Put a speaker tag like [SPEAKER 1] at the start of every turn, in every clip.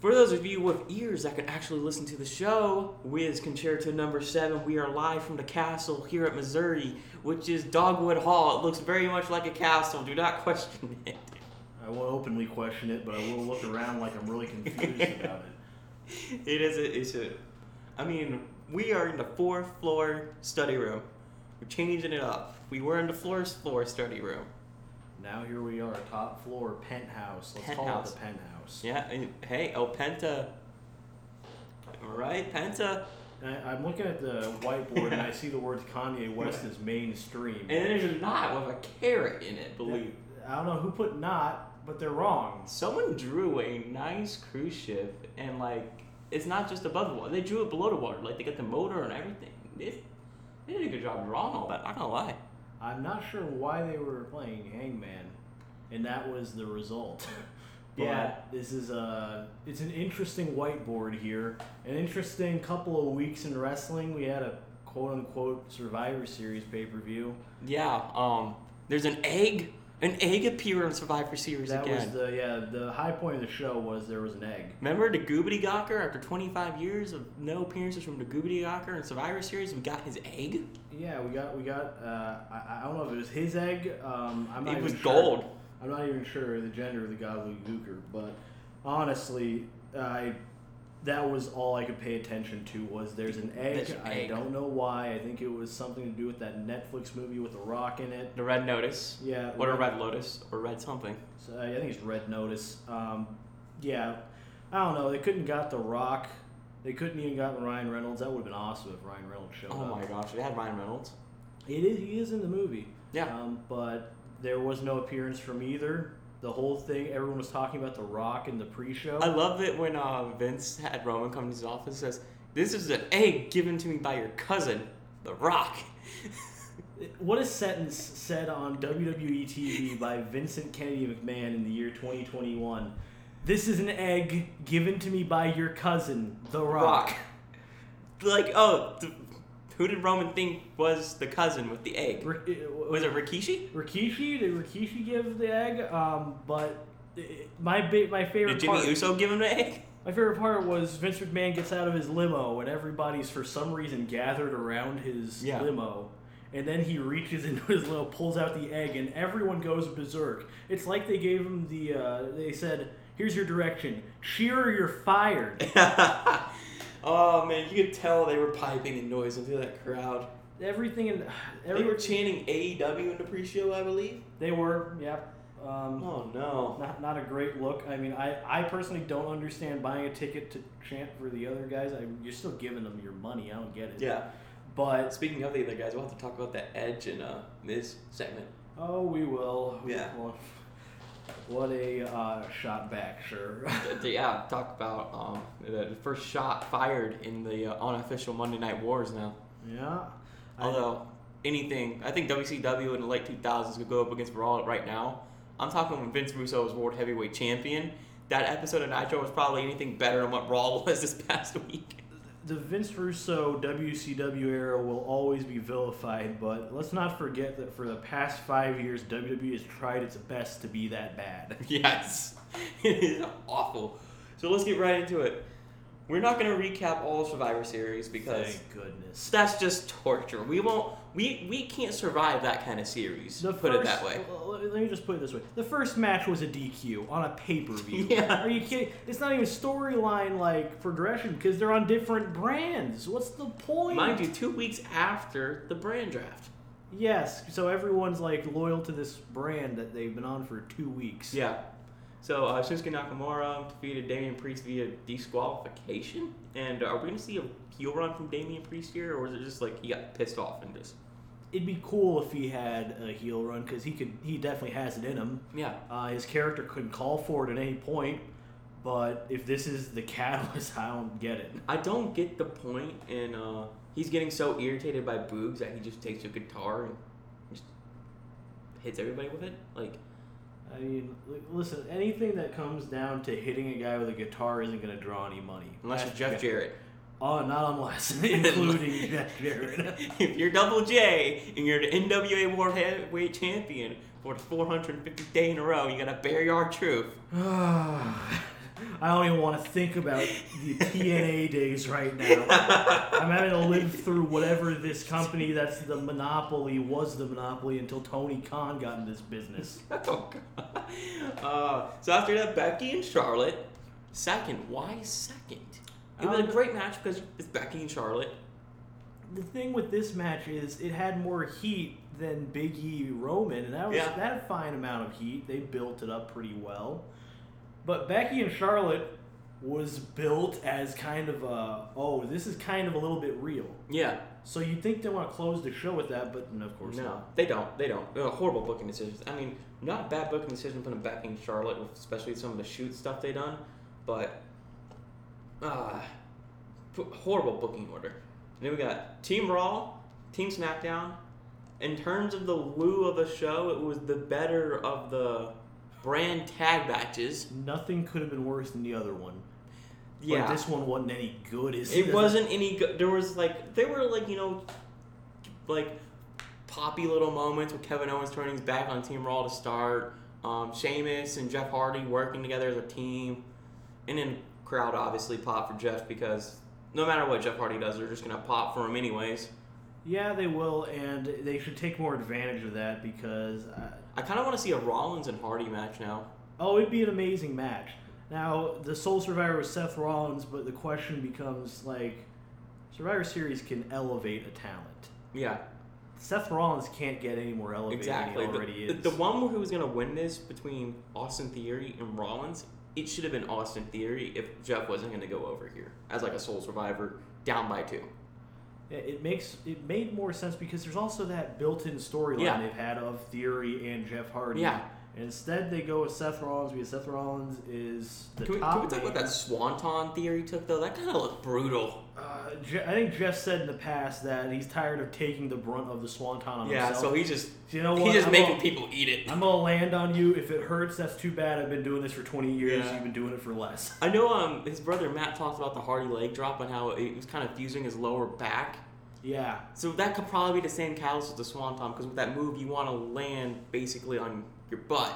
[SPEAKER 1] For those of you with ears that can actually listen to the show, with Concerto Number Seven, we are live from the castle here at Missouri, which is Dogwood Hall. It looks very much like a castle. Do not question it.
[SPEAKER 2] I will openly question it, but I will look around like I'm really confused about it.
[SPEAKER 1] It is. A, it's a. I mean, we are in the fourth floor study room. We're changing it up. We were in the fourth floor study room.
[SPEAKER 2] Now here we are, top floor penthouse. Let's call it
[SPEAKER 1] Penthouse.
[SPEAKER 2] the penthouse.
[SPEAKER 1] Yeah. And, hey, oh Penta. All right, Penta.
[SPEAKER 2] And I, I'm looking at the whiteboard and I see the words Kanye West is mainstream.
[SPEAKER 1] And there's a knot with a carrot in it. Believe. it.
[SPEAKER 2] I don't know who put not, but they're wrong.
[SPEAKER 1] Someone drew a nice cruise ship, and like it's not just above the water; they drew it below the water. Like they got the motor and everything. They, they did a good job drawing all that. Not gonna lie.
[SPEAKER 2] I'm not sure why they were playing Hangman, and that was the result. but
[SPEAKER 1] Yeah.
[SPEAKER 2] this is a it's an interesting whiteboard here. An interesting couple of weeks in wrestling. We had a quote unquote Survivor Series pay per view.
[SPEAKER 1] Yeah. Um. There's an egg. An egg appeared on Survivor Series
[SPEAKER 2] That
[SPEAKER 1] again.
[SPEAKER 2] was the yeah the high point of the show was there was an egg.
[SPEAKER 1] Remember the Goobity Gawker? After 25 years of no appearances from the Goobity Gawker in Survivor Series, we got his egg.
[SPEAKER 2] Yeah, we got we got uh, I, I don't know if it was his egg. Um, I'm not
[SPEAKER 1] It was
[SPEAKER 2] even sure.
[SPEAKER 1] gold.
[SPEAKER 2] I'm not even sure the gender of the godly gooker, but honestly, I that was all I could pay attention to was there's an egg.
[SPEAKER 1] There's an
[SPEAKER 2] I
[SPEAKER 1] egg.
[SPEAKER 2] don't know why. I think it was something to do with that Netflix movie with the Rock in it.
[SPEAKER 1] The Red Notice.
[SPEAKER 2] Yeah,
[SPEAKER 1] What a Red Lotus or Red something.
[SPEAKER 2] so I think it's Red Notice. Um, yeah, I don't know. They couldn't got the Rock. They couldn't even got Ryan Reynolds. That would have been awesome if Ryan Reynolds showed
[SPEAKER 1] Oh
[SPEAKER 2] up.
[SPEAKER 1] my gosh, it had Ryan Reynolds.
[SPEAKER 2] It is. He is in the movie.
[SPEAKER 1] Yeah.
[SPEAKER 2] Um, but there was no appearance from either. The whole thing. Everyone was talking about The Rock in the pre-show.
[SPEAKER 1] I love it when uh, Vince had Roman come to his office and says, This is an egg given to me by your cousin, The Rock.
[SPEAKER 2] What a sentence said on WWE TV by Vincent Kennedy McMahon in the year 2021. This is an egg given to me by your cousin, The Rock.
[SPEAKER 1] like, oh, th- who did Roman think was the cousin with the egg?
[SPEAKER 2] Ri- it-
[SPEAKER 1] Was it Rikishi?
[SPEAKER 2] Rikishi? Did Rikishi give the egg? Um, but it- my bi- my favorite
[SPEAKER 1] Did Jimmy
[SPEAKER 2] part,
[SPEAKER 1] Uso give him the egg?
[SPEAKER 2] my favorite part was Vince McMahon gets out of his limo and everybody's for some reason gathered around his
[SPEAKER 1] Yeah.
[SPEAKER 2] limo. And then he reaches into his limo, pulls out the egg, and everyone goes berserk. It's like they gave him the. Uh, they said, "Here's your direction: cheer or you're fired."
[SPEAKER 1] oh man, you could tell they were piping in noise into that crowd.
[SPEAKER 2] Everything and
[SPEAKER 1] They
[SPEAKER 2] every
[SPEAKER 1] were chanting E AEW in the pre-show, I believe.
[SPEAKER 2] they were, yeah. Um,
[SPEAKER 1] Oh no.
[SPEAKER 2] not, not a great look. I mean, I, I personally don't understand buying a ticket to chant for the other guys. I, you're still giving them your money. I don't get it.
[SPEAKER 1] Yeah.
[SPEAKER 2] But
[SPEAKER 1] Speaking of the other guys, we'll have to talk about that Edge in uh, this segment.
[SPEAKER 2] oh, we will.
[SPEAKER 1] Yeah.
[SPEAKER 2] Well, What a uh, shot back, sure.
[SPEAKER 1] But, yeah, talk about um, the the first shot fired in the uh, unofficial Monday Night Wars now.
[SPEAKER 2] yeah. I-
[SPEAKER 1] Although anything, I think WCW in the late 2000s could go up against Raw right now. I'm talking when Vince Russo was World Heavyweight Champion. That episode of Nitro was probably anything better than what Raw was this past week.
[SPEAKER 2] the Vince Russo WCW era will always be vilified, but let's not forget that for the past five years, WWE has tried its best to be that bad.
[SPEAKER 1] Yes. It is awful. So let's get right into it. We're not going to recap all Survivor Series because
[SPEAKER 2] Thank goodness.
[SPEAKER 1] that's just torture. We won't we we can't survive that kind of series.
[SPEAKER 2] The
[SPEAKER 1] put
[SPEAKER 2] first,
[SPEAKER 1] it that way.
[SPEAKER 2] l- l- Let me just put it this way: the first match was a DQ on a pay per view.
[SPEAKER 1] Yeah.
[SPEAKER 2] Are you kidding? It's not even storyline like progression because they're on different brands. What's the point?
[SPEAKER 1] Mind you, 2 weeks after the brand draft.
[SPEAKER 2] Yes. So everyone's like loyal to this brand that they've been on for two weeks.
[SPEAKER 1] Yeah. So uh, Shinsuke Nakamura defeated Damian Priest via disqualification. And uh, are we going to see a heel run from Damian Priest here, or is it just like he got pissed off and just
[SPEAKER 2] It'd be cool if he had a heel run because he could. He definitely has it in him.
[SPEAKER 1] yeah?
[SPEAKER 2] Uh, his character couldn't call for it at any point. But if this is the catalyst, I don't get it.
[SPEAKER 1] I don't get the point, and uh, he's getting so irritated by Boogs that he just takes a guitar and just hits everybody with it. Like,
[SPEAKER 2] I mean, li- listen, anything that comes down to hitting a guy with a guitar isn't going to draw any money.
[SPEAKER 1] unless it's
[SPEAKER 2] That's-
[SPEAKER 1] Jeff Jarrett.
[SPEAKER 2] Oh, not unless, including Jeff Jarrett.
[SPEAKER 1] if you're Double J and you're the NWA World Heavyweight Champion for the 450th day in a row, you gotta bear your truth.
[SPEAKER 2] I don't even want to think about the TNA days right now.
[SPEAKER 1] Oh,
[SPEAKER 2] I'm having to live through whatever this company that's the monopoly was the monopoly until Tony Khan got in this business.
[SPEAKER 1] Oh, God. Uh, so after that, Becky and Charlotte. Second, why second? It was a
[SPEAKER 2] Um,
[SPEAKER 1] great match because it's Becky and Charlotte.
[SPEAKER 2] The thing with this match is it had more heat than Big E Roman, and that was
[SPEAKER 1] Yeah.
[SPEAKER 2] that fine amount of heat. They built it up pretty well. But Becky and Charlotte was built as kind of a oh, this is kind of a little bit real.
[SPEAKER 1] Yeah,
[SPEAKER 2] So you'd think they want to close the show with that, but no, of course
[SPEAKER 1] no,
[SPEAKER 2] not.
[SPEAKER 1] they don't. They don't. They're horrible booking decisions. I mean, not bad booking decision putting Becky and Charlotte, with especially some of the shoot stuff they done, but uh, p- horrible booking order. And then we got Team Raw, Team SmackDown. In terms of the woo of a show, it was the better of the brand tag matches.
[SPEAKER 2] Nothing could have been worse than the other one.
[SPEAKER 1] Yeah,
[SPEAKER 2] But this one wasn't any good. Is
[SPEAKER 1] It wasn't any good. There was like there were like you know, like poppy little moments with Kevin Owens turning his back on Team Raw to start. Um, Sheamus and Jeff Hardy working together as a team, and then crowd obviously pop for Jeff because no matter what Jeff Hardy does, they're just gonna pop for him anyways.
[SPEAKER 2] Yeah, they will, and they should take more advantage of that because uh,
[SPEAKER 1] I kind of want to see a Rollins and Hardy match now.
[SPEAKER 2] oh, it'd be an amazing match. Now the sole survivor was Seth Rollins, but the question becomes like, Survivor Series can elevate a talent.
[SPEAKER 1] Yeah,
[SPEAKER 2] Seth Rollins can't get any more elevated
[SPEAKER 1] exactly.
[SPEAKER 2] than
[SPEAKER 1] The-
[SPEAKER 2] he already
[SPEAKER 1] the,
[SPEAKER 2] is.
[SPEAKER 1] the one who was gonna win this between Austin Theory and Rollins, it should have been Austin Theory if Jeff wasn't gonna go over here as like a sole survivor down by two.
[SPEAKER 2] Yeah, It makes it made more sense because there's also that built-in storyline
[SPEAKER 1] Yeah.
[SPEAKER 2] they've had of Theory and Jeff Hardy.
[SPEAKER 1] Yeah.
[SPEAKER 2] And instead, they go with Seth Rollins because Seth Rollins is the
[SPEAKER 1] Can we,
[SPEAKER 2] top.
[SPEAKER 1] can we talk
[SPEAKER 2] man.
[SPEAKER 1] about that swanton theory took though? That kind of looked brutal.
[SPEAKER 2] Uh, Je- I think Jeff said in the past that he's tired of taking the brunt of the swanton on
[SPEAKER 1] Yeah,
[SPEAKER 2] himself.
[SPEAKER 1] so he just
[SPEAKER 2] So you know
[SPEAKER 1] he
[SPEAKER 2] what?
[SPEAKER 1] just
[SPEAKER 2] I'm
[SPEAKER 1] making
[SPEAKER 2] gonna,
[SPEAKER 1] people eat it.
[SPEAKER 2] I'm gonna land on you. If it hurts, that's too bad. I've been doing this for 20 years.
[SPEAKER 1] Yeah.
[SPEAKER 2] You've been doing it for less.
[SPEAKER 1] I know um his brother Matt talked about the Hardy leg drop and how it was kind of fusing his lower back.
[SPEAKER 2] Yeah.
[SPEAKER 1] So that could probably be the same catalyst as the swanton because with that move you want to land basically on your butt.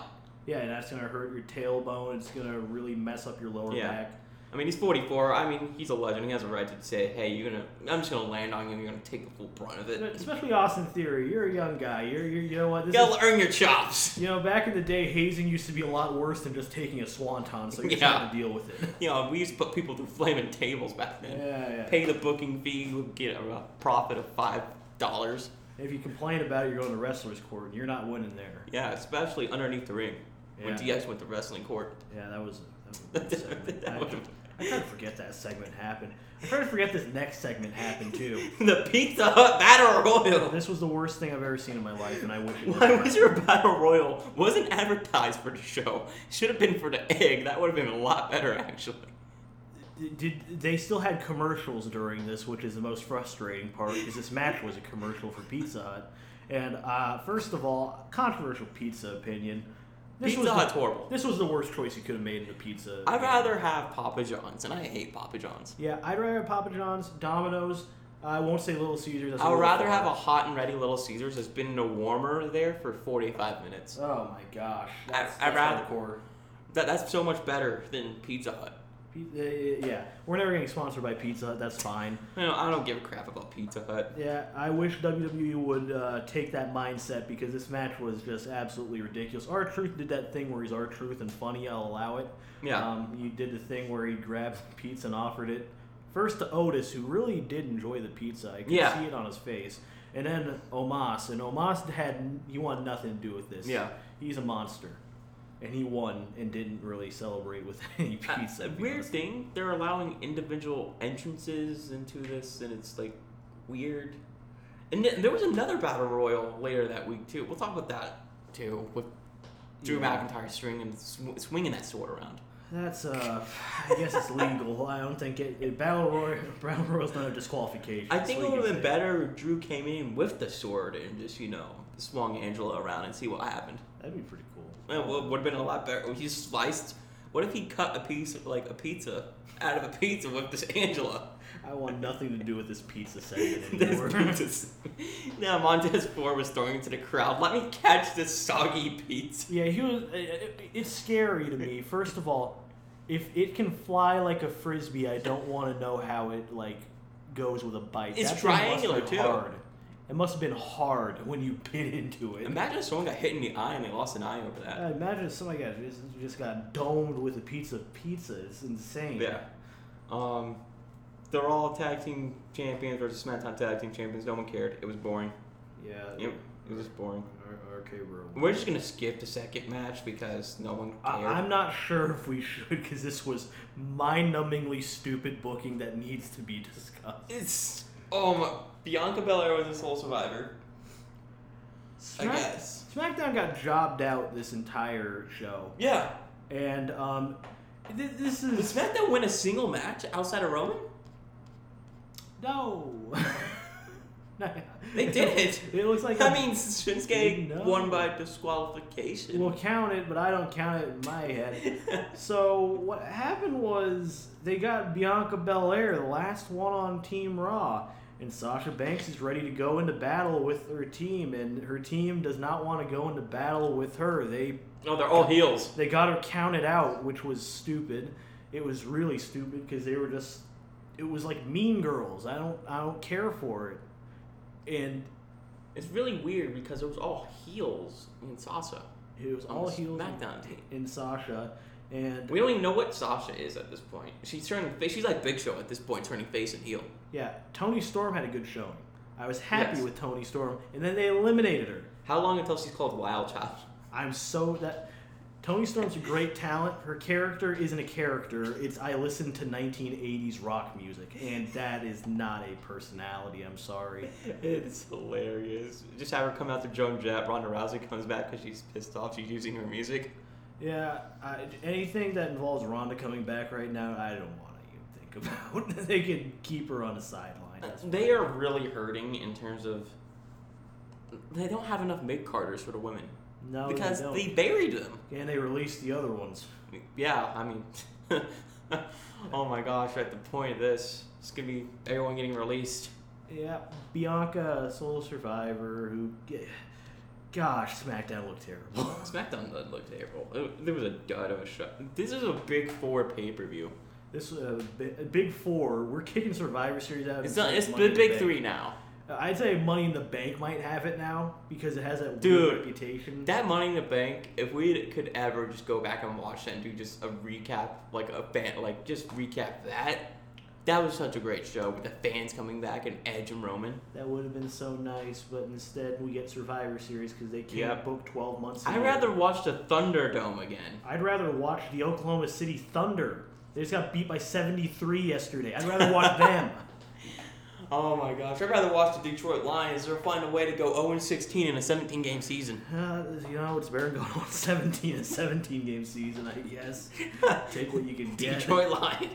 [SPEAKER 2] Yeah, and that's gonna hurt your tailbone. It's gonna really mess up your lower
[SPEAKER 1] Yeah.
[SPEAKER 2] back.
[SPEAKER 1] I mean, he's 44. I mean, he's a legend. He has a right to say, "Hey, you're gonna. I'm just gonna land on you. and You're gonna take the full brunt of it.
[SPEAKER 2] Especially Austin Theory. You're a young guy. You're, you're you know what?
[SPEAKER 1] You
[SPEAKER 2] This is
[SPEAKER 1] gotta earn your chops.
[SPEAKER 2] You know, back in the day, hazing used to be a lot worse than just taking a swanton, so you just
[SPEAKER 1] Yeah.
[SPEAKER 2] have to deal with it.
[SPEAKER 1] You know, we used to put people through flaming tables back
[SPEAKER 2] Yeah,
[SPEAKER 1] then.
[SPEAKER 2] yeah.
[SPEAKER 1] Pay the booking fee. You would get a profit of five dollars.
[SPEAKER 2] If you complain about it, you're going to wrestler's court, and you're not winning there.
[SPEAKER 1] Yeah, especially underneath the ring when
[SPEAKER 2] Yeah.
[SPEAKER 1] DX went to wrestling court.
[SPEAKER 2] Yeah, that was. That was a good segment.
[SPEAKER 1] That
[SPEAKER 2] I,
[SPEAKER 1] would've-
[SPEAKER 2] I tried to forget that segment happened. I tried to forget this next segment happened too.
[SPEAKER 1] the Pizza Hut Battle Royal.
[SPEAKER 2] This was the worst thing I've ever seen in my life, and I wish it
[SPEAKER 1] Why was
[SPEAKER 2] was.
[SPEAKER 1] your battle royal wasn't advertised for the show? Should have been for the egg. That would have been a lot better, actually.
[SPEAKER 2] Did they still had commercials during this, which is the most frustrating part, because this match was a commercial for Pizza Hut. And uh, first of all, controversial pizza opinion. This was
[SPEAKER 1] Pizza
[SPEAKER 2] the-
[SPEAKER 1] Hut's horrible.
[SPEAKER 2] This was the worst choice you could have made in the pizza.
[SPEAKER 1] I'd rather have Papa John's, and I hate Papa John's.
[SPEAKER 2] Yeah, I'd rather have Papa John's, Domino's. I won't say Little Caesars. that's a
[SPEAKER 1] I would
[SPEAKER 2] little
[SPEAKER 1] rather
[SPEAKER 2] far.
[SPEAKER 1] have a hot and ready Little Caesars that's been in a warmer there for 45 minutes.
[SPEAKER 2] Oh my gosh. That's,
[SPEAKER 1] I'd
[SPEAKER 2] that's
[SPEAKER 1] rather-
[SPEAKER 2] hardcore.
[SPEAKER 1] That, that's so much better than Pizza Hut.
[SPEAKER 2] Pizza, uh, yeah, we're never getting sponsored by Pizza Hut. That's fine.
[SPEAKER 1] You know, I don't give a crap about Pizza Hut.
[SPEAKER 2] Yeah, I wish WWE would uh, take that mindset because this match was just absolutely ridiculous. Our Truth did that thing where he's our Truth and funny. I'll allow it.
[SPEAKER 1] Yeah.
[SPEAKER 2] Um, you did the thing where he grabbed pizza and offered it first to Otis, who really did enjoy the pizza. I could
[SPEAKER 1] Yeah.
[SPEAKER 2] see it on his face. And then Omas, and Omas had he wanted nothing to do with this.
[SPEAKER 1] Yeah.
[SPEAKER 2] he's a monster, and he won and didn't really celebrate with any
[SPEAKER 1] Uh, a
[SPEAKER 2] pizza. to be
[SPEAKER 1] weird
[SPEAKER 2] honest.
[SPEAKER 1] thing, they're allowing individual entrances into this, and it's like weird. And then there was another battle royal later that week too. We'll talk about that too with Drew
[SPEAKER 2] Yeah.
[SPEAKER 1] McIntyre swinging sw- swinging that sword around.
[SPEAKER 2] That's uh, I guess it's legal. I don't think it, it battle royal battle royal's not a disqualification.
[SPEAKER 1] I
[SPEAKER 2] That's
[SPEAKER 1] think it
[SPEAKER 2] what you
[SPEAKER 1] would have
[SPEAKER 2] can
[SPEAKER 1] been
[SPEAKER 2] say.
[SPEAKER 1] better if Drew came in with the sword and just, you know, swung Angela around and see what happened.
[SPEAKER 2] That'd be pretty cool.
[SPEAKER 1] It would have been a lot better. He sliced. What if he cut a piece, like a pizza, out of a pizza with this Angela?
[SPEAKER 2] I want nothing to do with this pizza segment anymore.
[SPEAKER 1] This pizza. Now Montez Ford was throwing it to the crowd. Let me catch this soggy pizza.
[SPEAKER 2] uh, Yeah, he was. It, it, it's scary to me. First of all, If it can fly like a frisbee, I don't want to know how it like goes with a bite.
[SPEAKER 1] It's
[SPEAKER 2] That thing must have
[SPEAKER 1] triangular,
[SPEAKER 2] been
[SPEAKER 1] too.
[SPEAKER 2] Hard. It must have been hard when you bit into it.
[SPEAKER 1] Imagine if someone got hit in the eye and they lost an eye over that.
[SPEAKER 2] Uh, imagine if somebody got just, just got domed with a piece of pizza. It's insane.
[SPEAKER 1] Yeah. Um, they're all tag team champions versus SmackDown tag team champions. No one cared. It was boring.
[SPEAKER 2] Yeah.
[SPEAKER 1] Yep. It was just boring.
[SPEAKER 2] R- RK Bro.
[SPEAKER 1] We're just gonna skip the second match because no one cared.
[SPEAKER 2] I, I'm not sure if we should because this was mind-numbingly stupid booking that needs to be discussed.
[SPEAKER 1] it's oh my. Bianca Belair was a sole survivor. I
[SPEAKER 2] Smack-
[SPEAKER 1] guess.
[SPEAKER 2] SmackDown got jobbed out this entire show,
[SPEAKER 1] Yeah.
[SPEAKER 2] and um, th- this
[SPEAKER 1] Did
[SPEAKER 2] is
[SPEAKER 1] SmackDown win a single match outside of Roman?
[SPEAKER 2] no.
[SPEAKER 1] They did it.
[SPEAKER 2] It looks like
[SPEAKER 1] I
[SPEAKER 2] a-
[SPEAKER 1] mean, Shinsuke
[SPEAKER 2] No.
[SPEAKER 1] won by disqualification.
[SPEAKER 2] We'll count it, but I don't count it in my head. So what happened was they got Bianca Belair, the last one on Team Raw, and Sasha Banks is ready to go into battle with her team, and her team does not want to go into battle with her. They
[SPEAKER 1] no, they're all heels.
[SPEAKER 2] they got her counted out, which was stupid. It was really stupid because they were just it was like Mean Girls. I don't I don't care for it, and
[SPEAKER 1] It's really weird because it was all heels in Sasha.
[SPEAKER 2] it was
[SPEAKER 1] on
[SPEAKER 2] all
[SPEAKER 1] the
[SPEAKER 2] heels
[SPEAKER 1] SmackDown team.
[SPEAKER 2] in Sasha, and
[SPEAKER 1] We don't even know what Sasha is at this point. She's turning face. She's like Big Show at this point, turning face and heel.
[SPEAKER 2] Yeah, Tony Storm had a good showing. I was happy
[SPEAKER 1] Yes.
[SPEAKER 2] with Tony Storm, and then they eliminated her.
[SPEAKER 1] How long until she's called Wild Child?
[SPEAKER 2] I'm so that Tony Storm's a great talent. Her character isn't a character. It's I listen to 1980s rock music, and that is not a personality. I'm sorry.
[SPEAKER 1] It's hilarious. Just have her come out to Joan Jett. Ronda Rousey comes back because she's pissed off. She's using her music.
[SPEAKER 2] Yeah, I, anything that involves Ronda coming back right now, I don't want to even think about. they can keep her on the sideline. That's
[SPEAKER 1] Uh, They are really hurting in terms of. They don't have enough mid carders for the women
[SPEAKER 2] no, they
[SPEAKER 1] because
[SPEAKER 2] don't.
[SPEAKER 1] they buried them.
[SPEAKER 2] and they released the other ones.
[SPEAKER 1] Yeah, I mean, oh my gosh! At the point of this, it's gonna be everyone getting released.
[SPEAKER 2] Yeah, Bianca, sole survivor, who. g- Gosh, SmackDown looked terrible.
[SPEAKER 1] SmackDown does look terrible. It, there was a dud of a show. This is a big four pay per view.
[SPEAKER 2] This was a bi- a big four. We're kicking Survivor Series out.
[SPEAKER 1] It's
[SPEAKER 2] and
[SPEAKER 1] not. It's
[SPEAKER 2] Money
[SPEAKER 1] the
[SPEAKER 2] in
[SPEAKER 1] big
[SPEAKER 2] Bank.
[SPEAKER 1] three now.
[SPEAKER 2] Uh, I'd say Money in the Bank might have it now because it has that
[SPEAKER 1] Dude.
[SPEAKER 2] weird reputation.
[SPEAKER 1] That Money in the Bank. If we could ever just go back and watch that and do just a recap, like a fan, like just recap that. That was such a great show with the fans coming back and Edge and Roman.
[SPEAKER 2] that would have been so nice, but instead we get Survivor Series because they can't
[SPEAKER 1] Yep.
[SPEAKER 2] book twelve months.
[SPEAKER 1] I'd
[SPEAKER 2] ahead.
[SPEAKER 1] rather watch the Thunderdome again.
[SPEAKER 2] I'd rather watch the Oklahoma City Thunder. They just got beat by seventy three yesterday. I'd rather watch them.
[SPEAKER 1] Oh my gosh! I'd rather watch the Detroit Lions. They're find a way to go 0 16 in a 17 game season.
[SPEAKER 2] Uh, you know, it's better than going on 17 and 17 game season, I guess. Take what you can get.
[SPEAKER 1] Detroit Lions.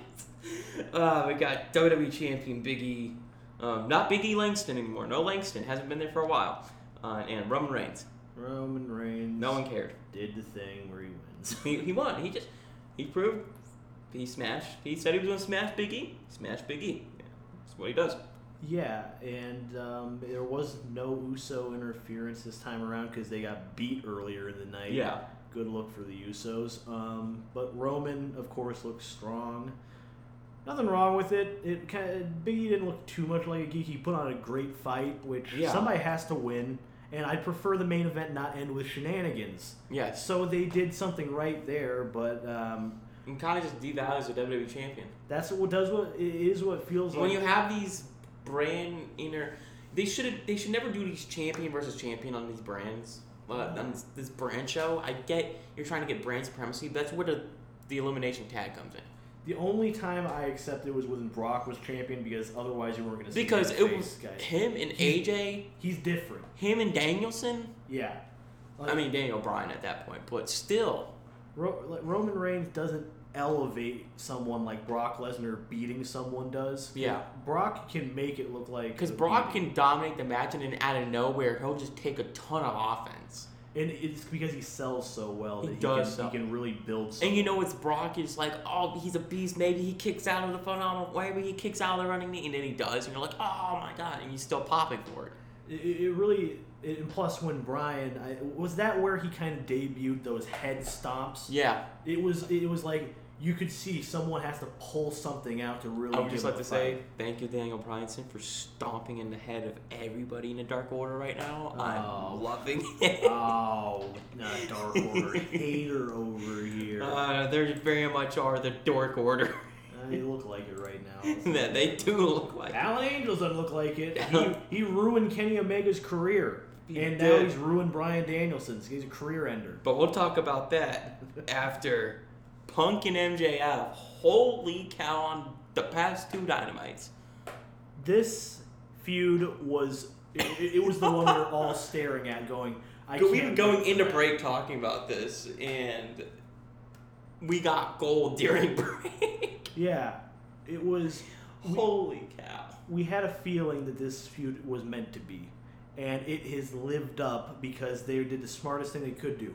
[SPEAKER 1] Uh, we got WWE champion Biggie, um, not Biggie Langston anymore. No Langston hasn't been there for a while, uh, and Roman Reigns.
[SPEAKER 2] Roman Reigns
[SPEAKER 1] No one cared.
[SPEAKER 2] did the thing where he wins.
[SPEAKER 1] He, he won. He just he proved he smashed. He said he was gonna smash Biggie. Smash Biggie. Yeah, that's what he does.
[SPEAKER 2] yeah, and um, there was no Uso interference this time around because they got beat earlier in the night.
[SPEAKER 1] Yeah.
[SPEAKER 2] Good look for the Usos. Um, but Roman, of course, looks strong. Nothing wrong with it. It kind Biggie didn't look too much like a geek. He put on a great fight, which
[SPEAKER 1] Yeah.
[SPEAKER 2] somebody has to win. And I'd prefer the main event not end with shenanigans.
[SPEAKER 1] Yes.
[SPEAKER 2] So they did something right there, but um,
[SPEAKER 1] And kind of just devalues the WWE champion.
[SPEAKER 2] that's what does what it is what feels
[SPEAKER 1] When
[SPEAKER 2] like.
[SPEAKER 1] you have these brand inner, they should they should never do these champion versus champion on these brands. Uh, on this, this brand show, I get you're trying to get brand supremacy. But that's where the the elimination tag comes in
[SPEAKER 2] the only time I accepted was when Brock was champion because otherwise you weren't going to see
[SPEAKER 1] because
[SPEAKER 2] his
[SPEAKER 1] it
[SPEAKER 2] face,
[SPEAKER 1] was
[SPEAKER 2] guys.
[SPEAKER 1] him and AJ,
[SPEAKER 2] He's different.
[SPEAKER 1] him and Danielson.
[SPEAKER 2] Yeah.
[SPEAKER 1] I mean Daniel Bryan at that point, but still,
[SPEAKER 2] Ro- like, Roman Reigns doesn't elevate someone like Brock Lesnar beating someone does.
[SPEAKER 1] Yeah.
[SPEAKER 2] Brock can make it look like
[SPEAKER 1] because
[SPEAKER 2] a
[SPEAKER 1] Brock
[SPEAKER 2] beating.
[SPEAKER 1] can dominate the match and then out of nowhere he'll just take a ton of offense.
[SPEAKER 2] and it's because he sells so well
[SPEAKER 1] He
[SPEAKER 2] that he,
[SPEAKER 1] does
[SPEAKER 2] can,
[SPEAKER 1] sell.
[SPEAKER 2] he can really build. Something.
[SPEAKER 1] And you know, it's Brock. It's like, oh, he's a beast. Maybe he kicks out of the phenomenal way, but he kicks out of the running knee, and then he does, and you're like, oh my god, and you're still popping for it.
[SPEAKER 2] It, it it really, it, and plus when Brian I, was that where he kind of debuted those head stomps.
[SPEAKER 1] Yeah,
[SPEAKER 2] It was it was like you could see someone has to pull something out to really.
[SPEAKER 1] I would
[SPEAKER 2] give
[SPEAKER 1] just
[SPEAKER 2] him
[SPEAKER 1] like
[SPEAKER 2] a
[SPEAKER 1] to
[SPEAKER 2] fight.
[SPEAKER 1] say thank you, Daniel Bryanson, for stomping in the head of everybody in the Dark Order right now.
[SPEAKER 2] Oh.
[SPEAKER 1] I'm loving it.
[SPEAKER 2] Oh, not Dark Order hater over here.
[SPEAKER 1] Uh, they very much are the Dork Order
[SPEAKER 2] Uh, they look like it right now.
[SPEAKER 1] that they do look like.
[SPEAKER 2] Alan Angels doesn't look like it. He, he ruined Kenny Omega's career,
[SPEAKER 1] He
[SPEAKER 2] and now
[SPEAKER 1] did.
[SPEAKER 2] he's ruined Brian Danielson's. He's a career ender.
[SPEAKER 1] But we'll talk about that after Punk and MJF. Holy cow! On the past two Dynamites,
[SPEAKER 2] This feud was it, it- it was the one we were all staring at, going. I
[SPEAKER 1] But
[SPEAKER 2] can't
[SPEAKER 1] we were going
[SPEAKER 2] wait for
[SPEAKER 1] into
[SPEAKER 2] that.
[SPEAKER 1] break talking about this, and we got gold during break.
[SPEAKER 2] Yeah, it was.
[SPEAKER 1] Holy cow!
[SPEAKER 2] we had a feeling that this feud was meant to be, and it has lived up because they did the smartest thing they could do.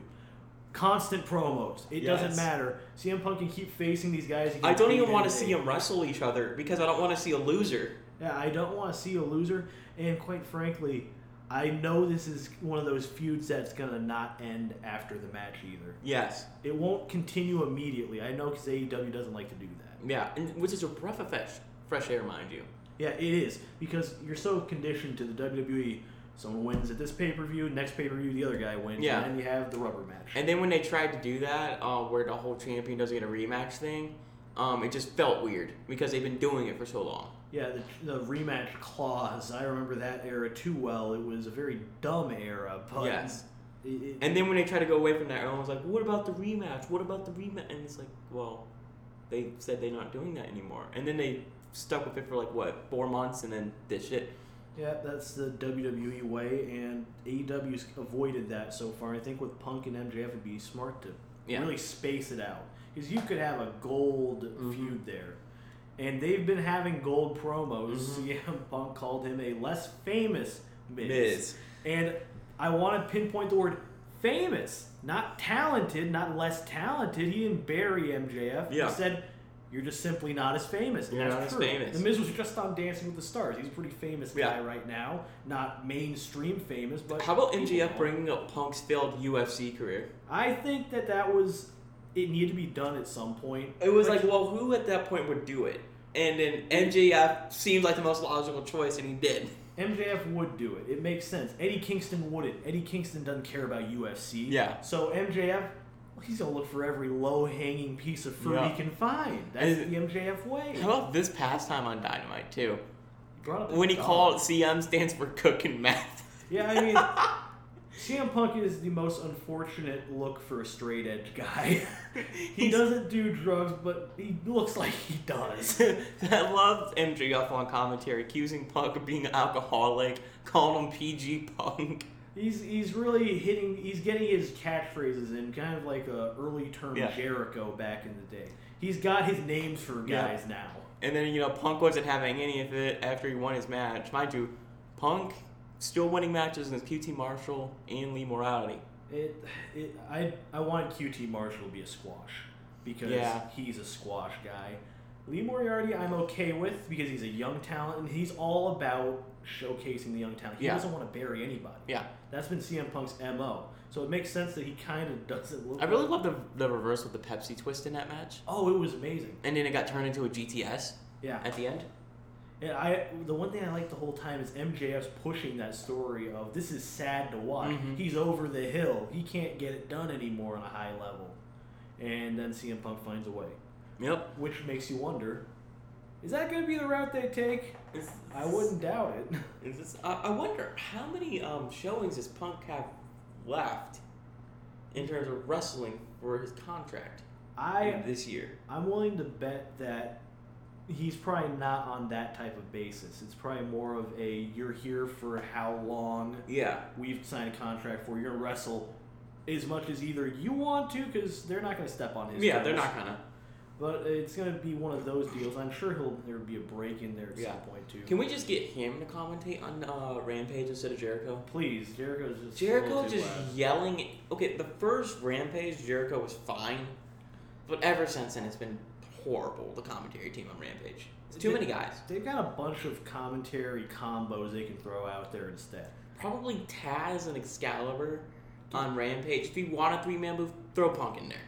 [SPEAKER 2] Constant promos. It doesn't
[SPEAKER 1] Yes.
[SPEAKER 2] matter. CM Punk can keep facing these guys. again
[SPEAKER 1] I don't
[SPEAKER 2] day
[SPEAKER 1] even want to
[SPEAKER 2] and
[SPEAKER 1] see
[SPEAKER 2] day.
[SPEAKER 1] them wrestle each other because I don't want to see a loser.
[SPEAKER 2] Yeah, I don't want to see a loser. And quite frankly, I know this is one of those feuds that's gonna not end after the match either.
[SPEAKER 1] Yes.
[SPEAKER 2] It won't continue immediately. I know because AEW doesn't like to do that.
[SPEAKER 1] Yeah, and, which is a breath of fresh, fresh air, mind you.
[SPEAKER 2] Yeah, it is because you're so conditioned to the WWE. Someone wins at this pay per view, next pay per view, the other guy wins,
[SPEAKER 1] Yeah.
[SPEAKER 2] and then you have the rubber match.
[SPEAKER 1] And then when they tried to do that, uh, where the whole champion doesn't get a rematch thing, um, it just felt weird because they've been doing it for so long.
[SPEAKER 2] Yeah, the, the rematch clause. I remember that era too well. It was a very dumb era, but
[SPEAKER 1] Yes.
[SPEAKER 2] it- it-
[SPEAKER 1] And then when they try to go away from that, everyone's like, "What about the rematch? What about the rematch?" And it's like, well, they said they're not doing that anymore. And then they stuck with it for like what four months, and then this shit.
[SPEAKER 2] yeah, that's the WWE way, and AEW's avoided that so far. I think with Punk and MJF, it'd be smart to
[SPEAKER 1] Yeah.
[SPEAKER 2] really space it out because you could have a gold
[SPEAKER 1] Mhm.
[SPEAKER 2] feud there. And they've been having gold promos.
[SPEAKER 1] Mhm.
[SPEAKER 2] CM Punk called him a less famous Miz.
[SPEAKER 1] Miz.
[SPEAKER 2] And I want to pinpoint the word famous, not talented, not less talented. He didn't bury MJF.
[SPEAKER 1] Yeah.
[SPEAKER 2] He said, You're just simply not as famous. And
[SPEAKER 1] You're
[SPEAKER 2] that's
[SPEAKER 1] not as
[SPEAKER 2] true.
[SPEAKER 1] famous.
[SPEAKER 2] The Miz was just on Dancing with the Stars. He's a pretty famous guy
[SPEAKER 1] Yeah.
[SPEAKER 2] right now. Not mainstream famous, but.
[SPEAKER 1] How about
[SPEAKER 2] people
[SPEAKER 1] MJF
[SPEAKER 2] know.
[SPEAKER 1] bringing up Punk's failed UFC career?
[SPEAKER 2] I think that that was. It needed to be done at some point.
[SPEAKER 1] It was
[SPEAKER 2] Like-
[SPEAKER 1] like, well, who at that point would do it? And then MJF seemed like the most logical choice, and he did.
[SPEAKER 2] MJF would do it. It makes sense. Eddie Kingston wouldn't. Eddie Kingston doesn't care about UFC.
[SPEAKER 1] Yeah.
[SPEAKER 2] So MJF, well, he's gonna look for every low hanging piece of fruit
[SPEAKER 1] Yeah.
[SPEAKER 2] he can find. That's
[SPEAKER 1] And-
[SPEAKER 2] the MJF way.
[SPEAKER 1] How about this past time on Dynamite too?
[SPEAKER 2] Brought up
[SPEAKER 1] When he
[SPEAKER 2] the dog.
[SPEAKER 1] called CM stands for cook and math.
[SPEAKER 2] Yeah, I mean, CM Punk is the most unfortunate look for a straight edge guy. he
[SPEAKER 1] He's-
[SPEAKER 2] doesn't do drugs, but he looks like he does.
[SPEAKER 1] I love MJF on commentary accusing Punk of being an alcoholic, calling him PG Punk.
[SPEAKER 2] He's he's really hitting. He's getting his catchphrases in kind of like a early term
[SPEAKER 1] Yeah.
[SPEAKER 2] Jericho back in the day. He's got his names for
[SPEAKER 1] Yeah.
[SPEAKER 2] guys now.
[SPEAKER 1] And then, you know, Punk wasn't having any of it after he won his match. Mind you, Punk still winning matches against QT Marshall and Lee Morality.
[SPEAKER 2] It, it I I want QT Marshall to be a squash because
[SPEAKER 1] Yeah.
[SPEAKER 2] he's a squash guy. Lee Moriarty, I'm okay with because he's a young talent and he's all about showcasing the young talent. He
[SPEAKER 1] Yeah.
[SPEAKER 2] doesn't want to bury anybody.
[SPEAKER 1] Yeah.
[SPEAKER 2] That's been CM Punk's MO. So it makes sense that he kind of doesn't look
[SPEAKER 1] I really love
[SPEAKER 2] like-
[SPEAKER 1] the, the reverse with the Pepsi twist in that match.
[SPEAKER 2] Oh, it was amazing.
[SPEAKER 1] And then it got turned into a GTS
[SPEAKER 2] Yeah.
[SPEAKER 1] at the end.
[SPEAKER 2] And I, the one thing I like the whole time is MJF's pushing that story of this is sad to watch.
[SPEAKER 1] Mhm.
[SPEAKER 2] He's over the hill. He can't get it done anymore on a high level, and then CM Punk finds a way,
[SPEAKER 1] Yep.
[SPEAKER 2] which makes you wonder: is that going to be the route they take? I wouldn't doubt it.
[SPEAKER 1] Is this, I I wonder how many um, showings does Punk have left in terms of wrestling for his contract
[SPEAKER 2] I,
[SPEAKER 1] this year?
[SPEAKER 2] I'm willing to bet that he's probably not on that type of basis. It's probably more of a you're here for how long.
[SPEAKER 1] Yeah.
[SPEAKER 2] we've signed a contract for. You're gonna wrestle as much as either you want to, because they're not gonna step on his.
[SPEAKER 1] Yeah, they're
[SPEAKER 2] toes.
[SPEAKER 1] not gonna.
[SPEAKER 2] But it's gonna be one of those deals. I'm sure he'll there'll be a break in there at
[SPEAKER 1] Yeah.
[SPEAKER 2] some point too.
[SPEAKER 1] Can we just get him to commentate on uh, Rampage instead of Jericho?
[SPEAKER 2] Please, Jericho's just uh, a little
[SPEAKER 1] Jericho
[SPEAKER 2] too
[SPEAKER 1] just
[SPEAKER 2] loud.
[SPEAKER 1] yelling. Okay, the first Rampage, Jericho was fine, but ever since then, it's been horrible. The commentary team on Rampage. It's too many guys.
[SPEAKER 2] They've got a bunch of commentary combos they can throw out there instead.
[SPEAKER 1] Probably Taz and Excalibur on Rampage. If you want a three man move, throw Punk in there.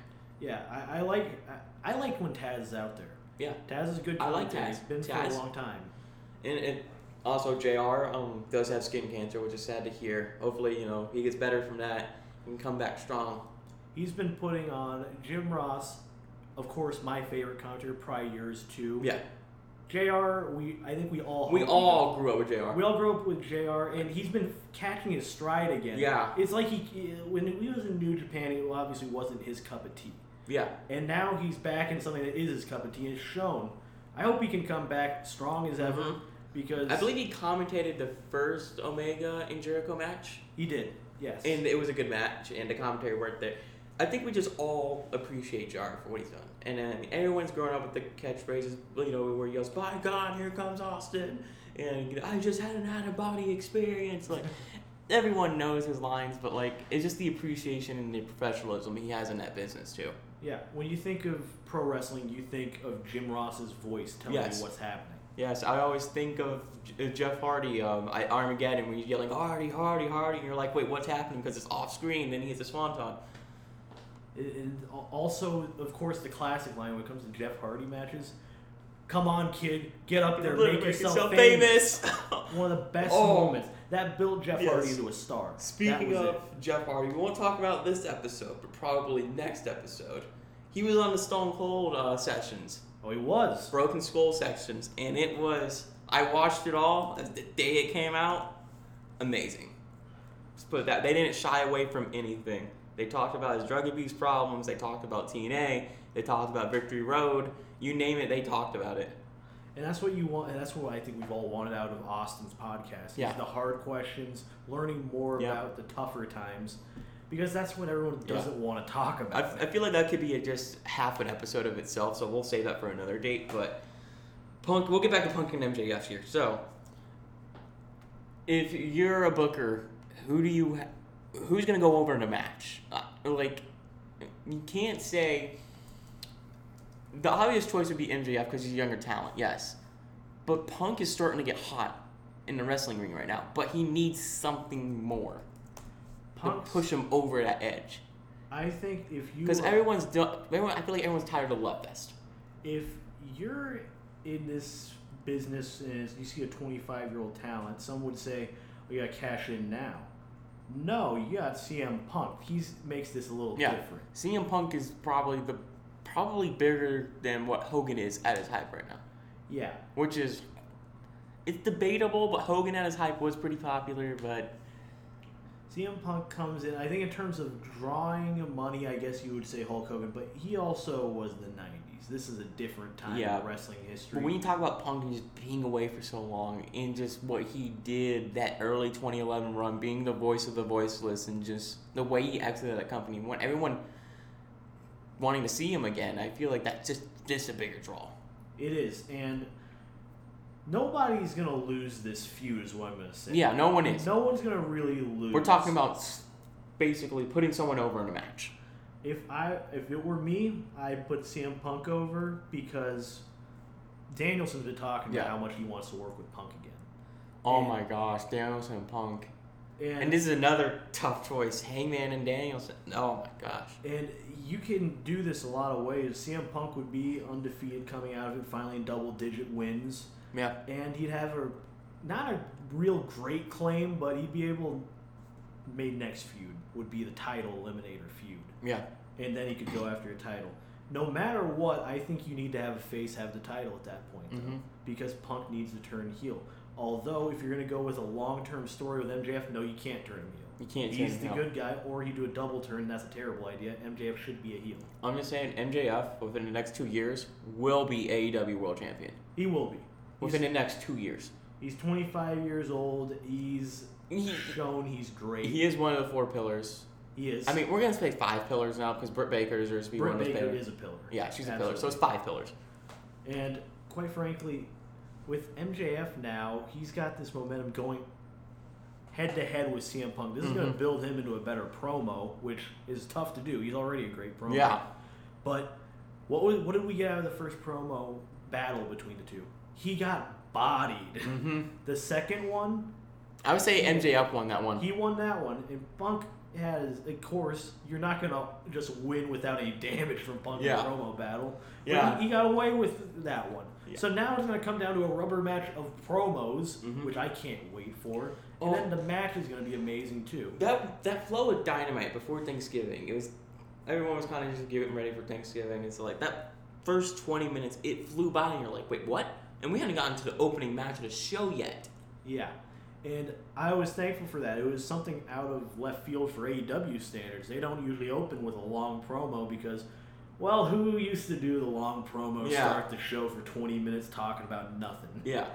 [SPEAKER 2] Yeah, I, I like. I, I like when Taz is out there.
[SPEAKER 1] Yeah.
[SPEAKER 2] Taz is a good.
[SPEAKER 1] I like
[SPEAKER 2] commentator.
[SPEAKER 1] Taz.
[SPEAKER 2] He's been for
[SPEAKER 1] Taz.
[SPEAKER 2] a long time.
[SPEAKER 1] And, and also, JR um, does have skin cancer, which is sad to hear. Hopefully, you know, he gets better from that and come back strong.
[SPEAKER 2] He's been putting on Jim Ross, of course, my favorite commentator, probably yours too.
[SPEAKER 1] Yeah.
[SPEAKER 2] Jr. We I think we all
[SPEAKER 1] We
[SPEAKER 2] hope he
[SPEAKER 1] all grew up with JR.
[SPEAKER 2] does. we all grew up with Jr. and he's been catching his stride again.
[SPEAKER 1] Yeah.
[SPEAKER 2] It's like he when he was in New Japan, it obviously wasn't his cup of tea.
[SPEAKER 1] Yeah.
[SPEAKER 2] And now he's back in something that is his cup of tea and it's shown. I hope he can come back strong as ever
[SPEAKER 1] Mhm.
[SPEAKER 2] because
[SPEAKER 1] I believe he commentated the first Omega and Jericho match,
[SPEAKER 2] he did. Yes.
[SPEAKER 1] and it was a good match, and the commentary worked there. I think we just all appreciate Jar for what he's done, and then everyone's grown up with the catchphrases, you know, where he goes, "By God, here comes Austin," and you know, I just had an out of body experience. Like everyone knows his lines, but like it's just the appreciation and the professionalism he has in that business too.
[SPEAKER 2] yeah. When you think of pro wrestling, you think of Jim Ross's voice telling
[SPEAKER 1] Yes.
[SPEAKER 2] you what's happening.
[SPEAKER 1] Yes, I always think of J- uh, Jeff Hardy, um, I, Armageddon, when he's yelling Hardy, Hardy, Hardy, and you're like, wait, what's happening? Because it's off screen. Then he hits a swanton.
[SPEAKER 2] And- And al- also, of course, the classic line when it comes to Jeff Hardy matches. Come on, kid, get up there, make, yourself, famous. One of the best
[SPEAKER 1] Oh.
[SPEAKER 2] moments that built Jeff
[SPEAKER 1] Yes.
[SPEAKER 2] Hardy into a star. That
[SPEAKER 1] Speaking
[SPEAKER 2] was
[SPEAKER 1] of
[SPEAKER 2] it.
[SPEAKER 1] Jeff Hardy, we won't talk about this episode, but probably next episode. He was on the Stone Cold uh, sessions,
[SPEAKER 2] oh, he was.
[SPEAKER 1] Broken Skull sessions, and it was. I watched it all as the day it came out. Amazing. Just put it that they didn't shy away from anything. They talked about his drug abuse problems. They talked about TNA. They talked about Victory Road. You name it, they talked about it.
[SPEAKER 2] And that's what you want. And that's what I think we've all wanted out of Austin's podcast. is
[SPEAKER 1] Yeah.
[SPEAKER 2] The hard questions, learning more
[SPEAKER 1] Yeah.
[SPEAKER 2] about the tougher times, because that's what everyone doesn't want to talk
[SPEAKER 1] I,
[SPEAKER 2] about.
[SPEAKER 1] I feel like that could be a, just half an episode of itself, so we'll save that for another date. But Punk, we'll get back to Punk and MJF here. So, if you're a booker, who do you, ha- who's gonna go over in a match? Uh, like, you can't say. The obvious choice would be MJF because he's younger talent, yes, but Punk is starting to get hot in the wrestling ring right now. But he needs something more
[SPEAKER 2] Punk's-
[SPEAKER 1] to push him over that edge.
[SPEAKER 2] I think if you
[SPEAKER 1] Because
[SPEAKER 2] are-
[SPEAKER 1] everyone's do- everyone, I feel like everyone's tired of Love Fest.
[SPEAKER 2] if you're in this business and you see a 25 year old talent, some would say, "We gotta cash in now." No, you got CM Punk. He makes this a little
[SPEAKER 1] Yeah.
[SPEAKER 2] different.
[SPEAKER 1] CM Punk is probably the probably bigger than what Hogan is at his hype right now,
[SPEAKER 2] Yeah,
[SPEAKER 1] which is it's debatable. But Hogan at his hype was pretty popular. But
[SPEAKER 2] CM Punk comes in. I think in terms of drawing money, I guess you would say Hulk Hogan, but he also was the 90s. This is a different time
[SPEAKER 1] Yeah.
[SPEAKER 2] in wrestling history.
[SPEAKER 1] but when you talk about Punk and just being away for so long and just what he did that early 2011 run, being the voice of the voiceless, and just the way he exited that company, when everyone wanting to see him again, I feel like that's just just a bigger draw.
[SPEAKER 2] it is, and nobody's gonna lose this feud, is what I'm gonna say.
[SPEAKER 1] Yeah, no one is.
[SPEAKER 2] no one's gonna really lose.
[SPEAKER 1] We're talking about s- basically putting someone over in a match.
[SPEAKER 2] If I if it were me, I'd put CM Punk over because Danielson's been talking
[SPEAKER 1] Yeah.
[SPEAKER 2] about how much he wants to work with Punk again.
[SPEAKER 1] Oh
[SPEAKER 2] And-
[SPEAKER 1] my gosh, Danielson and Punk.
[SPEAKER 2] And
[SPEAKER 1] And this is another tough choice, Hangman and Danielson. Oh my gosh.
[SPEAKER 2] and you can do this a lot of ways. CM Punk would be undefeated coming out of it, finally in double digit wins,
[SPEAKER 1] Yeah.
[SPEAKER 2] and he'd have a not a real great claim, but he'd be able. Made next feud would be the title eliminator feud,
[SPEAKER 1] Yeah.
[SPEAKER 2] and then he could go after a title. No matter what, I think you need to have a face have the title at that point. though.
[SPEAKER 1] Mhm.
[SPEAKER 2] because Punk needs to turn heel. Although, if you're going to go with a long term story with MJF, no, you can't turn him heel.
[SPEAKER 1] You can't
[SPEAKER 2] He's
[SPEAKER 1] change
[SPEAKER 2] the
[SPEAKER 1] no.
[SPEAKER 2] good guy, or you do a double turn. That's a terrible idea. MJF should be a heel.
[SPEAKER 1] I'm just saying MJF within the next 2 years will be AEW World Champion.
[SPEAKER 2] He will be.
[SPEAKER 1] Within the next 2 years.
[SPEAKER 2] He's 25 years old. He's
[SPEAKER 1] He,
[SPEAKER 2] shown he's great.
[SPEAKER 1] he is one of the four pillars.
[SPEAKER 2] He is.
[SPEAKER 1] I mean, we're going to say five pillars now because Britt Baker deserves to be
[SPEAKER 2] Britt
[SPEAKER 1] one of those
[SPEAKER 2] Baker
[SPEAKER 1] pillars.
[SPEAKER 2] is a pillar.
[SPEAKER 1] Yeah, she's a pillar. So
[SPEAKER 2] Absolutely.
[SPEAKER 1] it's five pillars.
[SPEAKER 2] And quite frankly, with MJF now, he's got this momentum going head to head with CM Punk. This is going
[SPEAKER 1] Mhm.
[SPEAKER 2] to build him into a better promo, which is tough to do. He's already a great promo.
[SPEAKER 1] Yeah.
[SPEAKER 2] But what was, what did we get out of the first promo battle between the two? He got bodied.
[SPEAKER 1] Mhm.
[SPEAKER 2] The second one,
[SPEAKER 1] I would say MJF won that one.
[SPEAKER 2] he won that one, and Punk has, of course, you're not gonna just win without any damage from Punk in
[SPEAKER 1] Yeah.
[SPEAKER 2] a promo battle. But
[SPEAKER 1] Yeah.
[SPEAKER 2] he, he got away with that one.
[SPEAKER 1] Yeah.
[SPEAKER 2] So now it's gonna come down to a rubber match of promos,
[SPEAKER 1] Mhm.
[SPEAKER 2] which I can't wait for.
[SPEAKER 1] Oh.
[SPEAKER 2] And then the match is gonna be amazing too.
[SPEAKER 1] That that flow of dynamite before Thanksgiving, it was everyone was kind of just getting ready for Thanksgiving, and so like that first twenty minutes, it flew by, and you're like, wait, what? And we hadn't gotten to the opening match of the show yet.
[SPEAKER 2] Yeah. And I was thankful for that. It was something out of left field for AEW standards. They don't usually open with a long promo because, well, who used to do the long promo
[SPEAKER 1] Yeah.
[SPEAKER 2] start the show for 20 minutes talking about nothing?
[SPEAKER 1] Yeah,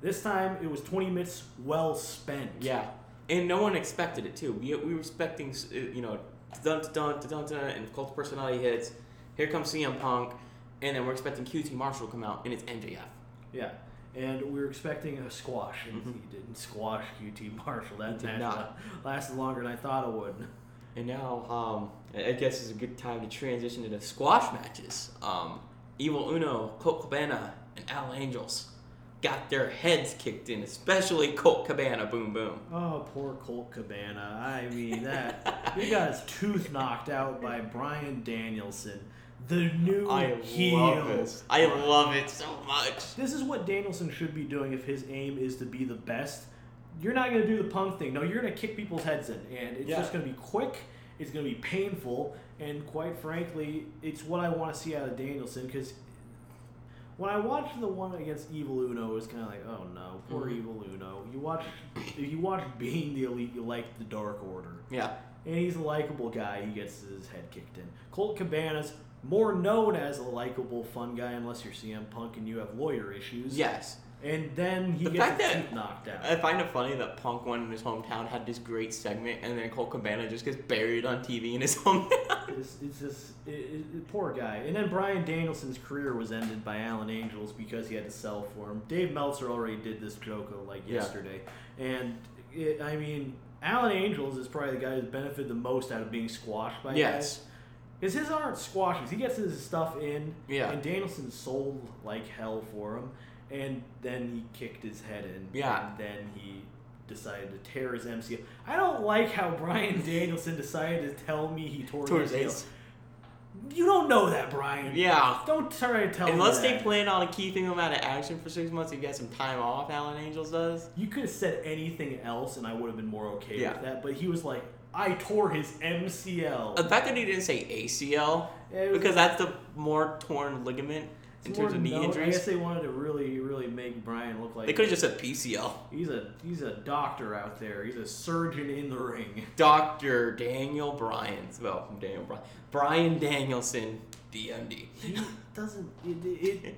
[SPEAKER 2] This time it was 20 minutes well spent.
[SPEAKER 1] yeah, and no one expected it too. We, we were expecting, uh, you know, dun dun dun dun dun, and cult of personality hits. Here comes CM Punk, and then we're expecting QT Marshall to come out, and it's MJF.
[SPEAKER 2] Yeah. And we were expecting a squash, and he didn't squash QT Marshall. That
[SPEAKER 1] Mm-hmm. He did
[SPEAKER 2] match
[SPEAKER 1] not.
[SPEAKER 2] la- lasted longer than I thought it would.
[SPEAKER 1] And now, um, I I guess it's a good time to transition to the squash matches. Um, Evil Uno, Colt Cabana, and Al Angels got their heads kicked in, especially Colt Cabana. Boom, boom.
[SPEAKER 2] Oh, poor Colt Cabana. I mean, that he got his tooth knocked out by Brian Danielson, the new heel.
[SPEAKER 1] I love it so much.
[SPEAKER 2] This is what Danielson should be doing if his aim is to be the best. You're not going to do the punk thing. No, you're going to kick people's heads in, and it's
[SPEAKER 1] Yeah.
[SPEAKER 2] just going to be quick. It's going to be painful, and quite frankly, it's what I want to see out of Danielson because. When I watched the one against Evil Uno, it was kind of like, oh no, poor
[SPEAKER 1] Mhm.
[SPEAKER 2] Evil Uno. You watch, if you watch Being the Elite, you like the Dark Order.
[SPEAKER 1] Yeah,
[SPEAKER 2] And he's a likable guy. He gets his head kicked in. Colt Cabana's more known as a likable, fun guy, unless you're CM Punk and you have lawyer issues.
[SPEAKER 1] yes.
[SPEAKER 2] And then he
[SPEAKER 1] The
[SPEAKER 2] gets
[SPEAKER 1] fact
[SPEAKER 2] his
[SPEAKER 1] that-
[SPEAKER 2] teeth knocked out.
[SPEAKER 1] I find it funny that Punk, one in his hometown, had this great segment, and then Colt Cabana just gets buried on TV in his hometown.
[SPEAKER 2] It's, it's just it, it, it- poor guy. And then Brian Danielson's career was ended by Alan Angels because he had to sell for him. Dave Meltzer already did this joke uh, like
[SPEAKER 1] Yeah.
[SPEAKER 2] yesterday, and it, I mean Alan Angels is probably the guy who's benefited the most out of being squashed by guys.
[SPEAKER 1] yes.
[SPEAKER 2] Because his aren't squashes. He gets his stuff in,
[SPEAKER 1] Yeah.
[SPEAKER 2] and Danielson sold like hell for him, and then he kicked his head in.
[SPEAKER 1] Yeah.
[SPEAKER 2] And then he decided to tear his MCL. I don't like how Brian Danielson decided to tell me he tore,
[SPEAKER 1] Towards
[SPEAKER 2] his
[SPEAKER 1] his.
[SPEAKER 2] MCL. You don't know that, Brian.
[SPEAKER 1] Yeah.
[SPEAKER 2] Don't try to tell
[SPEAKER 1] Unless
[SPEAKER 2] me
[SPEAKER 1] they
[SPEAKER 2] that.
[SPEAKER 1] plan on keeping him out of action for six months, he got some time off. Alan Angels does.
[SPEAKER 2] You could have said anything else, and I would have been more okay
[SPEAKER 1] Yeah.
[SPEAKER 2] with that. But he was like, "I tore his MCL."
[SPEAKER 1] The fact that he didn't say ACL
[SPEAKER 2] It was-
[SPEAKER 1] Uh, because that's the more torn ligament in
[SPEAKER 2] it's
[SPEAKER 1] terms of
[SPEAKER 2] more
[SPEAKER 1] knee
[SPEAKER 2] known- I guess
[SPEAKER 1] injuries.
[SPEAKER 2] they wanted to really, really make Brian look like
[SPEAKER 1] They could have just said PCL.
[SPEAKER 2] He's a he's a doctor out there. He's a surgeon in the ring.
[SPEAKER 1] Doctor Daniel Bryan. Well, from Daniel Bryan. Brian Danielson, DMD.
[SPEAKER 2] He doesn't. It, it, it-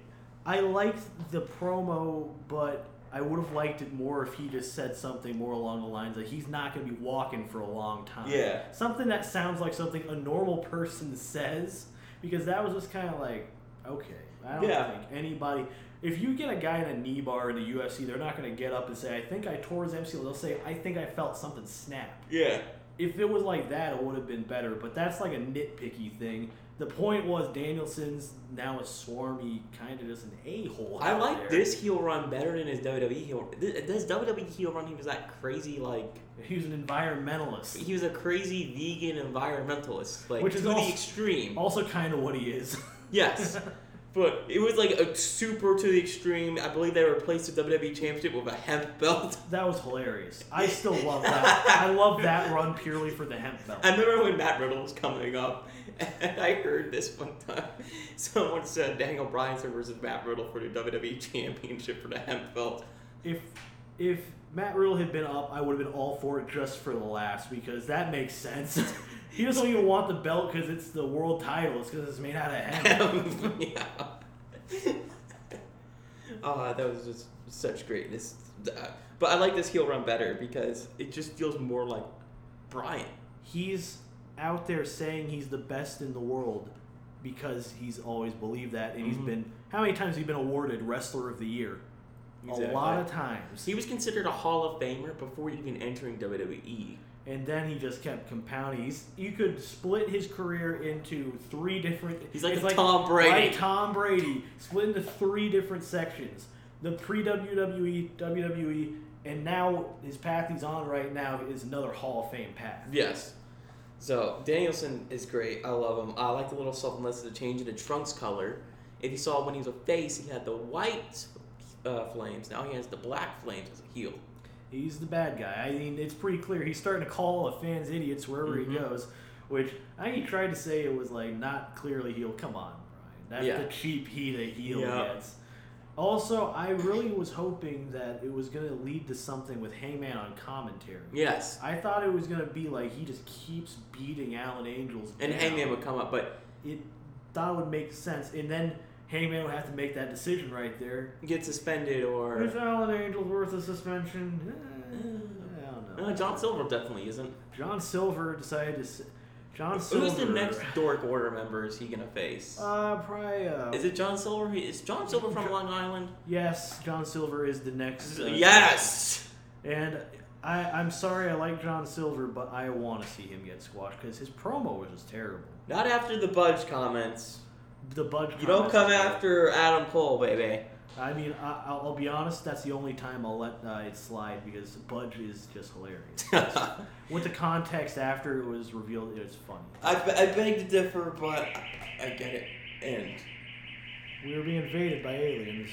[SPEAKER 2] I liked the promo, but I would have liked it more if he just said something more along the lines of he's not going to be walking for a long time.
[SPEAKER 1] Yeah.
[SPEAKER 2] Something that sounds like something a normal person says, because that was just kind of like, okay, I don't
[SPEAKER 1] Yeah.
[SPEAKER 2] think anybody. If you get a guy in a knee bar in the UFC, they're not going to get up and say, "I think I tore his MCL." They'll say, "I think I felt something snap."
[SPEAKER 1] Yeah.
[SPEAKER 2] if it was like that, it would have been better. But that's like a nitpicky thing. The point was Danielson's now a swarmy, kind of just an a hole.
[SPEAKER 1] I like this heel run better than his WWE heel. This, this WWE E heel run, he was that crazy like
[SPEAKER 2] He was an environmentalist,
[SPEAKER 1] he was a crazy vegan environmentalist, like
[SPEAKER 2] Which is
[SPEAKER 1] to
[SPEAKER 2] also-
[SPEAKER 1] the extreme.
[SPEAKER 2] also kind of what he is.
[SPEAKER 1] Yes. But it was like a super to the extreme. I believe they replaced the WWE Championship with a hemp belt.
[SPEAKER 2] that was hilarious. I still love that. I love that run purely for the hemp belt.
[SPEAKER 1] I remember when Matt Riddle was coming up, and I heard this one time. Someone said Daniel Bryan versus Matt Riddle for the WWE Championship for the hemp belt.
[SPEAKER 2] If if Matt Riddle had been up, I would have been all for it just for the last because that makes sense. he doesn't even want the belt because it's the world title. It's because it's made out of hemp.
[SPEAKER 1] Um, yeah. Ah, that was just such greatness. Uh, But I like this heel run better because it just feels more like Bryan.
[SPEAKER 2] he's out there saying he's the best in the world because he's always believed that and he's
[SPEAKER 1] Mhm.
[SPEAKER 2] been how many times has he been awarded wrestler of the year a lot of times
[SPEAKER 1] He was considered a Hall of Famer before even entering E. WWE.
[SPEAKER 2] and then he just kept compounding he's, you could split his career into three different
[SPEAKER 1] He's like
[SPEAKER 2] it's
[SPEAKER 1] a Tom Brady.
[SPEAKER 2] like Tom Brady split into three different sections the E, pre WWE WWE and now his path he's on right now is another Hall of Fame path
[SPEAKER 1] Yes. So Danielson is great. I love him. I like the little supplements to change into Trunks' color. If you saw when he was a face, he had the white uh, flames. Now he has the black flames as a heel.
[SPEAKER 2] He's the bad guy. I mean, it's pretty clear he's starting to call the fans idiots wherever
[SPEAKER 1] Mhm.
[SPEAKER 2] he goes, which I think he tried to say it was like not clearly heel. Come on, Brian. That's
[SPEAKER 1] Yeah.
[SPEAKER 2] the cheap heat a heel
[SPEAKER 1] Yeah.
[SPEAKER 2] gets. Also, I really was hoping that it was going to lead to something with Hangman on commentary.
[SPEAKER 1] Yes,
[SPEAKER 2] I thought it was going to be like he just keeps beating Alan Angels.
[SPEAKER 1] and
[SPEAKER 2] down.
[SPEAKER 1] Hangman would come up, but
[SPEAKER 2] It thought it would make sense, and then Hangman would have to make that decision right there.
[SPEAKER 1] get suspended or
[SPEAKER 2] Is Alan Angels worth a suspension? Eh, I don't know.
[SPEAKER 1] uh, John Silver definitely isn't.
[SPEAKER 2] John Silver decided to. s- John Silver.
[SPEAKER 1] Who's the next Dork Order member is he gonna face?
[SPEAKER 2] Uh, probably. Uh,
[SPEAKER 1] is it John Silver? He- Is John Silver from Long Island?
[SPEAKER 2] yes, John Silver is the next. uh,
[SPEAKER 1] Yes.
[SPEAKER 2] And I, I'm sorry, I like John Silver, but I want to see him get squashed because his promo was just terrible.
[SPEAKER 1] Not after the Budge comments.
[SPEAKER 2] The Budge.
[SPEAKER 1] You don't
[SPEAKER 2] comments-
[SPEAKER 1] come after Adam Cole, baby.
[SPEAKER 2] I mean, I, I'll, I'll be honest. That's the only time I'll let uh, it slide because Budge is just hilarious. With the context after it was revealed, it was funny.
[SPEAKER 1] I, be- I beg to differ, but I get it. And
[SPEAKER 2] We were being invaded by aliens.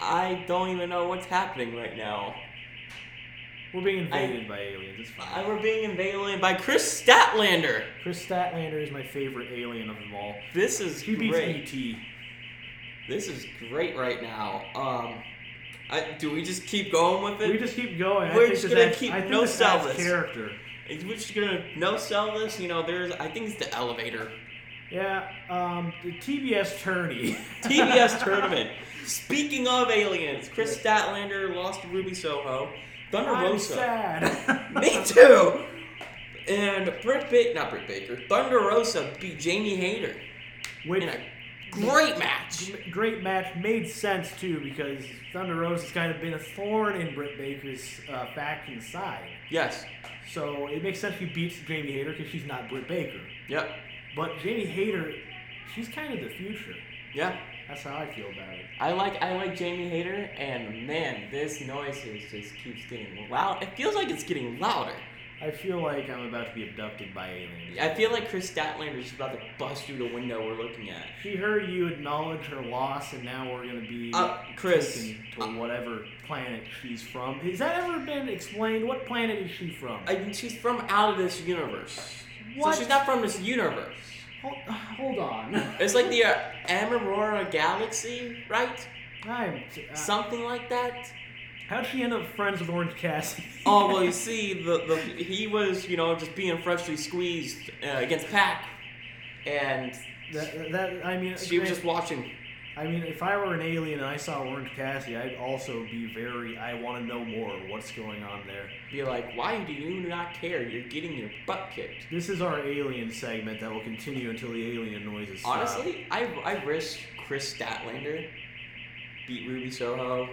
[SPEAKER 1] I don't even know what's happening right now.
[SPEAKER 2] We're being invaded by aliens. It's fine.
[SPEAKER 1] I, we're being invaded by Chris Statlander.
[SPEAKER 2] Chris Statlander is my favorite alien of them all.
[SPEAKER 1] This is
[SPEAKER 2] He beats
[SPEAKER 1] great.
[SPEAKER 2] E.T.
[SPEAKER 1] This is great right now. Um, I, do we just keep going with
[SPEAKER 2] We
[SPEAKER 1] it?
[SPEAKER 2] just keep going.
[SPEAKER 1] We're
[SPEAKER 2] I think
[SPEAKER 1] just
[SPEAKER 2] this
[SPEAKER 1] gonna
[SPEAKER 2] act-
[SPEAKER 1] keep-
[SPEAKER 2] I think
[SPEAKER 1] no
[SPEAKER 2] this adds
[SPEAKER 1] salvage.
[SPEAKER 2] character.
[SPEAKER 1] Is we just gonna no sell this? You know, there's I think it's the elevator.
[SPEAKER 2] Yeah, um, the TBS tourney.
[SPEAKER 1] TBS tournament. Speaking of aliens, Chris Statlander lost to Ruby Soho. Thunder
[SPEAKER 2] I'm
[SPEAKER 1] Rosa.
[SPEAKER 2] sad.
[SPEAKER 1] Me too. And Britt Baker, not Britt Baker, Thunder Rosa beat Jamie Hayter
[SPEAKER 2] Which
[SPEAKER 1] in a great match.
[SPEAKER 2] great match made sense too because Thunder Rose has kind of been a thorn in Britt Baker's uh, faction side.
[SPEAKER 1] Yes.
[SPEAKER 2] So it makes sense she beats Jamie Hayter because she's not Britt Baker.
[SPEAKER 1] Yep.
[SPEAKER 2] But Jamie Hayter, she's kind of the future.
[SPEAKER 1] Yeah.
[SPEAKER 2] That's how I feel about it.
[SPEAKER 1] I like I like Jamie Hayter, and man, this noise is just keeps getting loud. It feels like it's getting louder.
[SPEAKER 2] I feel like I'm about to be abducted by aliens.
[SPEAKER 1] I feel like Chris Statlander is about to bust through the window we're looking at.
[SPEAKER 2] She heard you acknowledge her loss, and now we're gonna be
[SPEAKER 1] Uh, Chris,
[SPEAKER 2] taken to whatever planet she's from. Has that ever been explained? What planet is she from?
[SPEAKER 1] I mean, she's from out of this universe.
[SPEAKER 2] What?
[SPEAKER 1] So she's not from this universe.
[SPEAKER 2] Hol- hold, on.
[SPEAKER 1] It's like the uh, Aurora Galaxy, right?
[SPEAKER 2] I'm. Uh,
[SPEAKER 1] Something like that.
[SPEAKER 2] how'd she end up friends with Orange Cassidy?
[SPEAKER 1] Oh well, you see, the, the he was you know just being freshly squeezed uh, against Pac, and
[SPEAKER 2] that, that I mean,
[SPEAKER 1] she was
[SPEAKER 2] granted-
[SPEAKER 1] just watching.
[SPEAKER 2] I mean, if I were an alien and I saw Orange Cassidy, I'd also be very. I want to know more. What's going on there?
[SPEAKER 1] Be like, why do you not care? You're getting your butt kicked.
[SPEAKER 2] This is our alien segment that will continue until the alien noise is stopped.
[SPEAKER 1] Honestly, I I risk Chris Statlander beat Ruby Soho,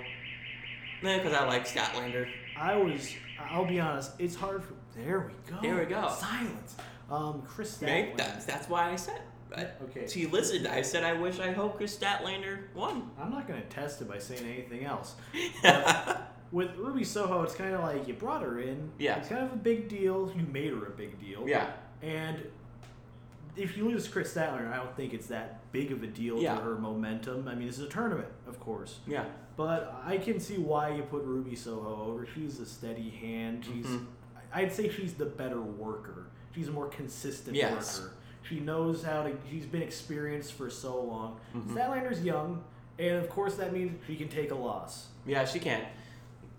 [SPEAKER 1] because I like Statlander.
[SPEAKER 2] I was. I'll be honest. It's hard. For, there we go.
[SPEAKER 1] There we go.
[SPEAKER 2] Silence. Um, Chris
[SPEAKER 1] Make
[SPEAKER 2] Statlander.
[SPEAKER 1] that, that's why I said. I,
[SPEAKER 2] Okay.
[SPEAKER 1] She listened. I said, I wish I hope Chris Statlander won.
[SPEAKER 2] I'm not gonna test it by saying anything else.
[SPEAKER 1] yeah.
[SPEAKER 2] With Ruby Soho, it's kind of like you brought her in.
[SPEAKER 1] Yeah.
[SPEAKER 2] It's kind of a big deal. You made her a big deal. And if you lose Chris Statlander, I don't think it's that big of a deal
[SPEAKER 1] Yeah.
[SPEAKER 2] to her momentum. I mean, this is a tournament, of course.
[SPEAKER 1] Yeah.
[SPEAKER 2] But I can see why you put Ruby Soho over. She's a steady hand. She's,
[SPEAKER 1] Mhm.
[SPEAKER 2] I'd say she's the better worker. She's a more consistent
[SPEAKER 1] Yes.
[SPEAKER 2] worker. She knows how to. She's been experienced for so long.
[SPEAKER 1] Mhm.
[SPEAKER 2] Statlander's young, and of course that means she can take a loss.
[SPEAKER 1] Yeah, she can.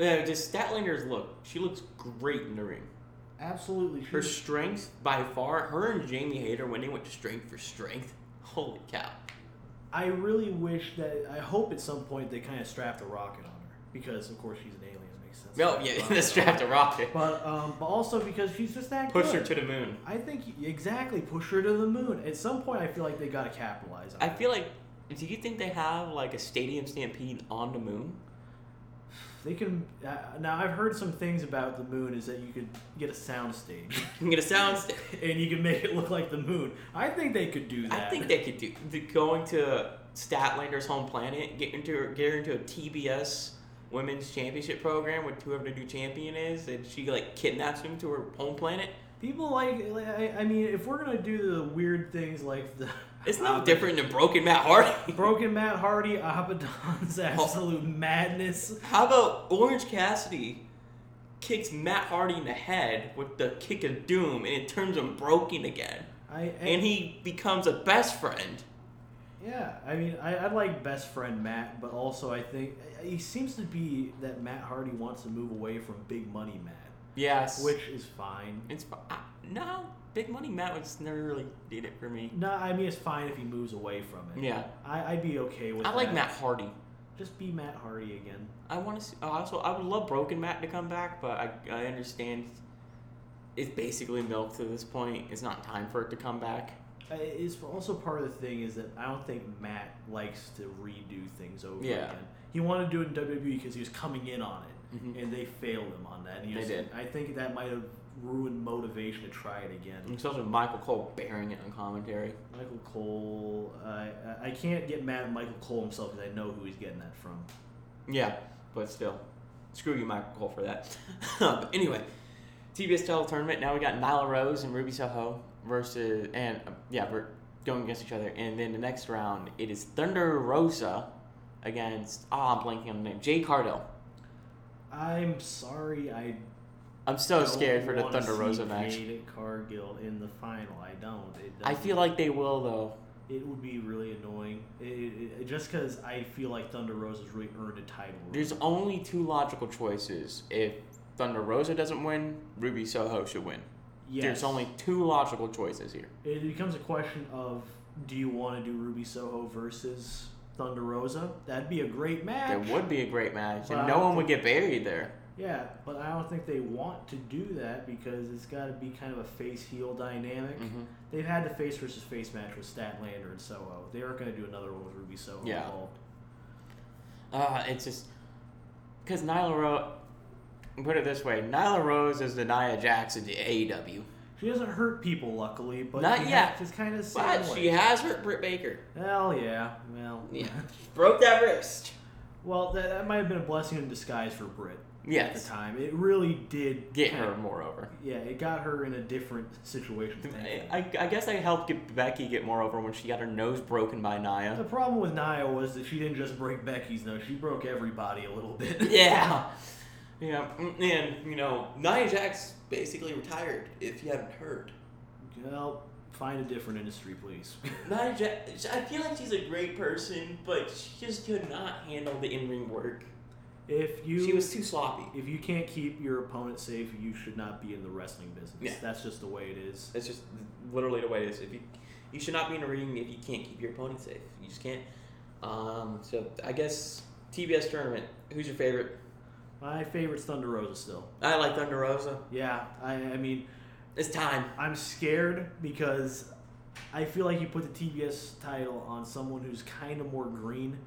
[SPEAKER 1] Uh, just Statlander's look. She looks great in the ring.
[SPEAKER 2] Absolutely.
[SPEAKER 1] Her
[SPEAKER 2] she's-
[SPEAKER 1] strength, by far, her and Jamie Hayter, when they went strength for strength, holy cow.
[SPEAKER 2] I really wish that. I hope at some point they kind of strapped a rocket on her because of course she's an alien. It makes sense.
[SPEAKER 1] No, Oh, yeah, the strapped a rocket.
[SPEAKER 2] But um, but also because she's just that
[SPEAKER 1] Push
[SPEAKER 2] good.
[SPEAKER 1] her to the moon.
[SPEAKER 2] I think exactly push her to the moon. At some point, I feel like they gotta capitalize on.
[SPEAKER 1] I
[SPEAKER 2] it.
[SPEAKER 1] feel like. Do you think they have like a stadium stampede on the moon?
[SPEAKER 2] they can. Uh, now I've heard some things about the moon is that you could get a sound stage
[SPEAKER 1] You can get a sound sta-
[SPEAKER 2] and you can make it look like the moon. I think they could do that.
[SPEAKER 1] I think they could do the, going to Statlander's home planet, get into get her into a TBS women's championship program with whoever the new champion is, and she like kidnaps him to her home planet.
[SPEAKER 2] People like, like I, I mean, if we're gonna do the weird things like the
[SPEAKER 1] It's no
[SPEAKER 2] Hobbit-
[SPEAKER 1] different than broken Matt Hardy.
[SPEAKER 2] broken Matt Hardy, Abaddon's absolute madness.
[SPEAKER 1] How about Orange Cassidy kicks Matt Hardy in the head with the kick of doom and it turns him broken again.
[SPEAKER 2] I
[SPEAKER 1] And he becomes a best friend.
[SPEAKER 2] Yeah, I mean, I, I like best friend Matt, but also I think he seems to be that Matt Hardy wants to move away from big money Matt,
[SPEAKER 1] Yes. Which
[SPEAKER 2] which is fine.
[SPEAKER 1] it's I, no big money Matt was never really did it for me.
[SPEAKER 2] No, I mean it's fine if he moves away from it.
[SPEAKER 1] Yeah.
[SPEAKER 2] I, I'd be okay with.
[SPEAKER 1] I
[SPEAKER 2] that.
[SPEAKER 1] like Matt Hardy.
[SPEAKER 2] Just be Matt Hardy again.
[SPEAKER 1] I want to see. I also, I would love Broken Matt to come back, but I, I understand it's basically milk to this point. It's not time for it to come back.
[SPEAKER 2] Uh, It's also part of the thing is that I don't think Matt likes to redo things over
[SPEAKER 1] Yeah.
[SPEAKER 2] again. He wanted to do it in WWE because he was coming in on it,
[SPEAKER 1] Mhm.
[SPEAKER 2] and they failed him on that. And he
[SPEAKER 1] They
[SPEAKER 2] was-
[SPEAKER 1] did.
[SPEAKER 2] I think that might have ruined motivation to try it again.
[SPEAKER 1] Especially with Michael Cole bearing it on commentary.
[SPEAKER 2] Michael Cole. I I I can't get mad at Michael Cole himself because I know who he's getting that from.
[SPEAKER 1] Yeah, but still, screw you, Michael Cole, for that. but anyway, TBS title tournament. Now we got Nyla Rose and Ruby Soho versus, and uh, yeah, we're going against each other. And then the next round, it is Thunder Rosa against. Oh, I'm blanking on the name. Jay Cardell.
[SPEAKER 2] I'm sorry, I.
[SPEAKER 1] I'm so
[SPEAKER 2] don't
[SPEAKER 1] scared for the
[SPEAKER 2] wanna
[SPEAKER 1] Thunder
[SPEAKER 2] see
[SPEAKER 1] Rosa match.
[SPEAKER 2] Jade Cargill in the final. I don't. It
[SPEAKER 1] I feel like they will though.
[SPEAKER 2] it would be really annoying. It, it, it- just because I feel like Thunder Rosa's really earned a title.
[SPEAKER 1] There's only two logical choices. If Thunder Rosa doesn't win, Ruby Soho should win.
[SPEAKER 2] yes.
[SPEAKER 1] There's only two logical choices here.
[SPEAKER 2] It becomes a question of do you want to do Ruby Soho versus Thunder Rosa? That'd be a great match.
[SPEAKER 1] There would be a great match, and
[SPEAKER 2] Well,
[SPEAKER 1] no one would get buried there.
[SPEAKER 2] Yeah, but I don't think they want to do that because it's got to be kind of a face heel dynamic.
[SPEAKER 1] Mhm.
[SPEAKER 2] They've had the face versus face match with Statlander and Soho. They aren't going to do another one with Ruby Soho
[SPEAKER 1] Yeah.
[SPEAKER 2] involved.
[SPEAKER 1] Uh, it's just because Nyla Rose. Put it this way: Nyla Rose is the Nia Jax of the E AEW,
[SPEAKER 2] She doesn't hurt people, luckily, but
[SPEAKER 1] Not
[SPEAKER 2] you
[SPEAKER 1] yet.
[SPEAKER 2] have- It's kind of
[SPEAKER 1] but
[SPEAKER 2] sad.
[SPEAKER 1] she has hurt Britt Baker.
[SPEAKER 2] Hell yeah, well,
[SPEAKER 1] Yeah, broke that wrist.
[SPEAKER 2] well, that, that might have been a blessing in disguise for Britt at the
[SPEAKER 1] Yes,
[SPEAKER 2] time. It really did
[SPEAKER 1] get
[SPEAKER 2] kind
[SPEAKER 1] her
[SPEAKER 2] of-
[SPEAKER 1] moreover.
[SPEAKER 2] Yeah, it got her in a different situation. thankfully.
[SPEAKER 1] I, I guess I helped get Becky get more over when she got her nose broken by Nia.
[SPEAKER 2] The problem with Nia was that she didn't just break Becky's nose; she broke everybody a little bit.
[SPEAKER 1] Yeah. Yeah, mm, and you know, Nia Jax basically retired. If you haven't heard,
[SPEAKER 2] Well, find a different industry, please.
[SPEAKER 1] Nia Jax, I feel like she's a great person, but she just could not handle the in-ring work.
[SPEAKER 2] if you
[SPEAKER 1] She was too sloppy.
[SPEAKER 2] if you can't keep your opponent safe, you should not be in the wrestling business.
[SPEAKER 1] Yeah.
[SPEAKER 2] That's just the way it is.
[SPEAKER 1] That's just literally the way it is. If you, you should not be in a ring if you can't keep your opponent safe. You just can't. Um, so I guess TBS tournament. Who's your favorite?
[SPEAKER 2] My favorite's Thunder Rosa still.
[SPEAKER 1] I like Thunder Rosa.
[SPEAKER 2] Yeah, I, I mean,
[SPEAKER 1] It's time.
[SPEAKER 2] I'm scared because I feel like you put the TBS title on someone who's kind of more green.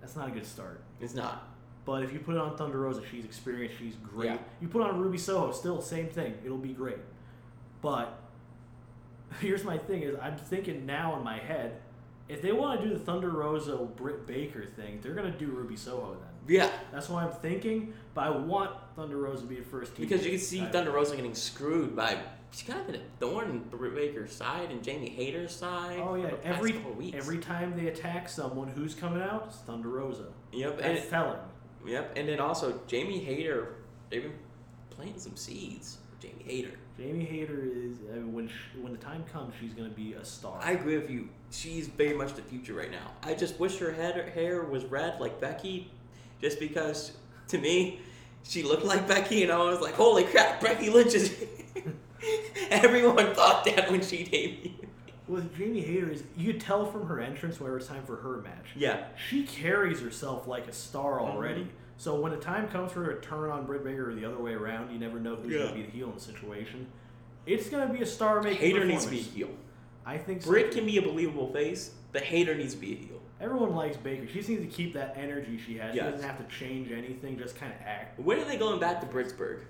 [SPEAKER 2] That's not a good start.
[SPEAKER 1] It's not.
[SPEAKER 2] But if you put it on Thunder Rosa, she's experienced, she's great.
[SPEAKER 1] Yeah.
[SPEAKER 2] You put on Ruby Soho, still same thing. It'll be great. But here's my thing is I'm thinking now in my head, if they want to do the Thunder Rosa Britt Baker thing, they're gonna do Ruby Soho then.
[SPEAKER 1] Yeah,
[SPEAKER 2] That's what I'm thinking, but I want Thunder Rosa to be the first team.
[SPEAKER 1] because you can see Thunder Rosa getting screwed by. She's kind of been a thorn in Britt Baker's side and Jamie Hayter's side.
[SPEAKER 2] Oh
[SPEAKER 1] for
[SPEAKER 2] yeah,
[SPEAKER 1] the past
[SPEAKER 2] every
[SPEAKER 1] couple weeks.
[SPEAKER 2] every time they attack someone, who's coming out? It's Thunder Rosa.
[SPEAKER 1] Yep, and
[SPEAKER 2] That's telling.
[SPEAKER 1] yep, and then also Jamie Hayter. They've been planting some seeds. Jamie Hayter.
[SPEAKER 2] Jamie Hayter is I mean, when she, when the time comes, she's gonna be a star.
[SPEAKER 1] I agree with you. She's very much the future right now. I just wish her head hair was red like Becky, just because to me, she looked like Becky, and I was like, holy crap, Becky Lynch is. Everyone thought that when she debuted.
[SPEAKER 2] With Jamie Hayter is you could tell from her entrance whenever it's time for her match.
[SPEAKER 1] Yeah, Mm-hmm.
[SPEAKER 2] She carries herself like a star already. So when the time comes for her to turn on Britt Baker or the other way around, you never know who's
[SPEAKER 1] Yeah.
[SPEAKER 2] gonna be the heel in the situation. It's gonna be a star making.
[SPEAKER 1] Hater needs to be a
[SPEAKER 2] performance.
[SPEAKER 1] heel.
[SPEAKER 2] I think so.
[SPEAKER 1] Britt can be a believable face, but Hater needs to be a heel.
[SPEAKER 2] Everyone likes Baker. She just needs to keep that energy she has.
[SPEAKER 1] Yes.
[SPEAKER 2] She doesn't have to change anything, just kinda act.
[SPEAKER 1] When are they going back to Brittsburg?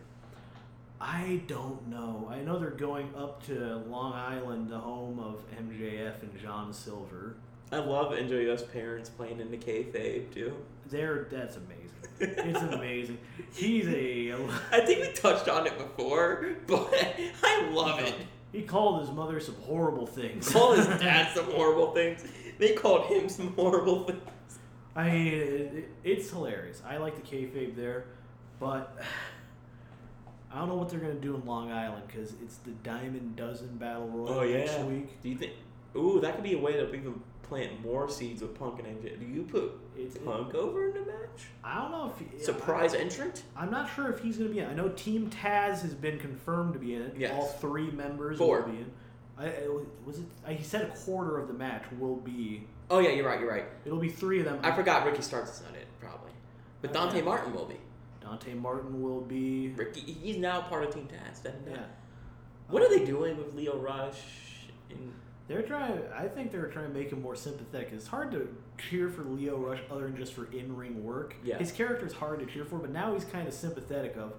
[SPEAKER 2] I don't know. I know they're going up to Long Island, the home of MJF and John Silver.
[SPEAKER 1] I love NJF's parents playing into kayfabe too.
[SPEAKER 2] There, that's amazing. It's amazing. He's a.
[SPEAKER 1] I think we touched on it before, but I love it.
[SPEAKER 2] He called his mother some horrible things.
[SPEAKER 1] Call his dad some horrible things. They called him some horrible things.
[SPEAKER 2] I mean, it, it, it's hilarious. I like the kayfabe there, but I don't know what they're gonna do in Long Island because it's the Diamond Dozen Battle Royal
[SPEAKER 1] Oh, yeah.
[SPEAKER 2] next week.
[SPEAKER 1] Do you think? Ooh, that could be a way to even plant more seeds with Punk and MJ. Do you put
[SPEAKER 2] It's it-
[SPEAKER 1] Punk over in the match?
[SPEAKER 2] I don't know if yeah,
[SPEAKER 1] Surprise entrant?
[SPEAKER 2] I, am not sure if he's gonna be in. I know Team Taz has been confirmed to be in it.
[SPEAKER 1] Yes.
[SPEAKER 2] All three members
[SPEAKER 1] Four.
[SPEAKER 2] will be in. I, I- was it? I, he said a quarter of the match will be.
[SPEAKER 1] Oh yeah, you're right. You're right.
[SPEAKER 2] It'll be three of them.
[SPEAKER 1] I forgot Ricky Starks is not it probably, but Dante
[SPEAKER 2] Oh, Yeah.
[SPEAKER 1] Martin will be.
[SPEAKER 2] Dante Martin will be.
[SPEAKER 1] Ricky, he's now part of Team Taz. da, da, da.
[SPEAKER 2] Yeah,
[SPEAKER 1] What are they doing with Leo Rush? And
[SPEAKER 2] they're trying. I think they're trying to make him more sympathetic. It's hard to cheer for Leo Rush other than just for in-ring work.
[SPEAKER 1] Yeah.
[SPEAKER 2] his character is hard to cheer for, but now he's kind of sympathetic. Of,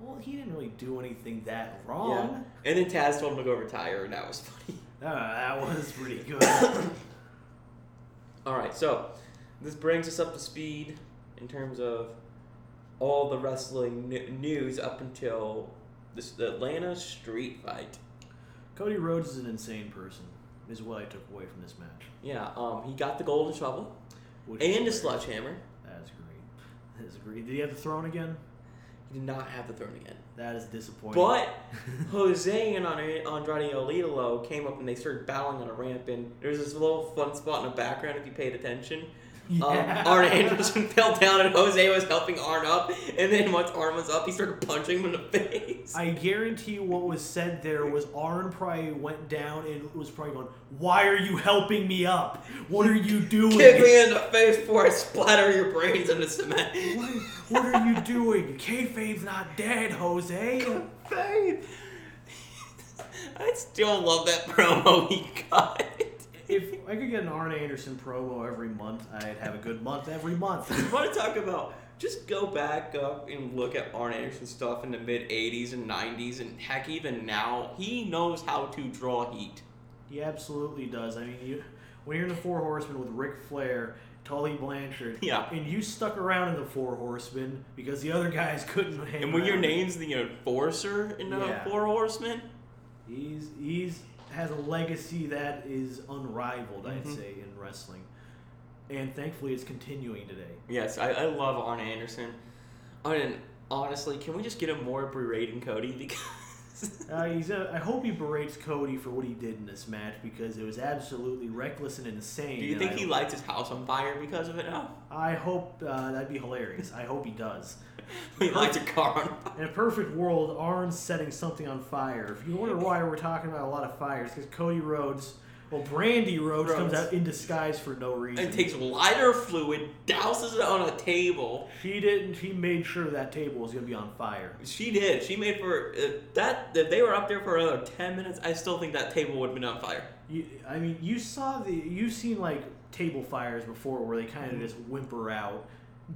[SPEAKER 2] well, he didn't really do anything that wrong.
[SPEAKER 1] and then Taz told him to go retire, and that was funny.
[SPEAKER 2] Ah, that was pretty good.
[SPEAKER 1] All right, so this brings us up to speed in terms of all the wrestling n- news up until this the Atlanta street fight.
[SPEAKER 2] Cody Rhodes is an insane person, is what I took away from this match.
[SPEAKER 1] Yeah, um, he got the golden shovel
[SPEAKER 2] Which is
[SPEAKER 1] and a
[SPEAKER 2] great.
[SPEAKER 1] sledgehammer.
[SPEAKER 2] That is great. That is great. Did he have the throne again?
[SPEAKER 1] He did not have the throne again.
[SPEAKER 2] That is disappointing.
[SPEAKER 1] But Jose and Andre- Andrade Alidolo came up and they started battling on a ramp, and there's this little fun spot in the background if you paid attention. Um, Arn Anderson fell down, and Jose was helping Arn up, and then once Arn was up, he started punching him in the face.
[SPEAKER 2] I guarantee what was said there was Arn probably went down and was probably going, Why are you helping me up? What are you doing?
[SPEAKER 1] Kick me in the face before I splatter your brains in the cement.
[SPEAKER 2] What, what are you doing? Kayfabe's not dead, Jose.
[SPEAKER 1] Babe. I still love that promo he got.
[SPEAKER 2] If I could get an Arn Anderson promo every month, I'd have a good month every month.
[SPEAKER 1] I want to talk about. Just go back up and look at Arn Anderson stuff in the mid '80s and '90s, and heck, even now, he knows how to draw heat.
[SPEAKER 2] He absolutely does. I mean, you, when you're in the Four Horsemen with Ric Flair, Tully Blanchard,
[SPEAKER 1] Yeah.
[SPEAKER 2] and you stuck around in the Four Horsemen because the other guys couldn't hang
[SPEAKER 1] And when your
[SPEAKER 2] around.
[SPEAKER 1] name's the enforcer in the
[SPEAKER 2] Yeah.
[SPEAKER 1] Four Horsemen,
[SPEAKER 2] He's he's has a legacy that is unrivaled, I'd
[SPEAKER 1] Mhm.
[SPEAKER 2] say, in wrestling, and thankfully it's continuing today.
[SPEAKER 1] yes, I, I love Arn Anderson. I mean, honestly, can we just get him more berating Cody because
[SPEAKER 2] Uh, he's a, I hope he berates Cody for what he did in this match because it was absolutely reckless and insane.
[SPEAKER 1] Do you
[SPEAKER 2] and
[SPEAKER 1] think
[SPEAKER 2] I,
[SPEAKER 1] he lights his house on fire because of it now?
[SPEAKER 2] I hope uh, that'd be hilarious. I hope he does.
[SPEAKER 1] He lights a car on fire.
[SPEAKER 2] In a perfect world, Arn's setting something on fire. If you wonder why we're talking about a lot of fires, because Cody Rhodes, well, Brandy Rhodes, comes
[SPEAKER 1] Rhodes.
[SPEAKER 2] out in disguise for no reason.
[SPEAKER 1] and takes lighter fluid, douses it on a table.
[SPEAKER 2] she didn't. She made sure that table was gonna be on fire.
[SPEAKER 1] She did. She made for if that. If they were up there for another ten minutes, I still think that table would have been on fire.
[SPEAKER 2] You, I mean, you saw the. You've seen like table fires before where they kind of just whimper out.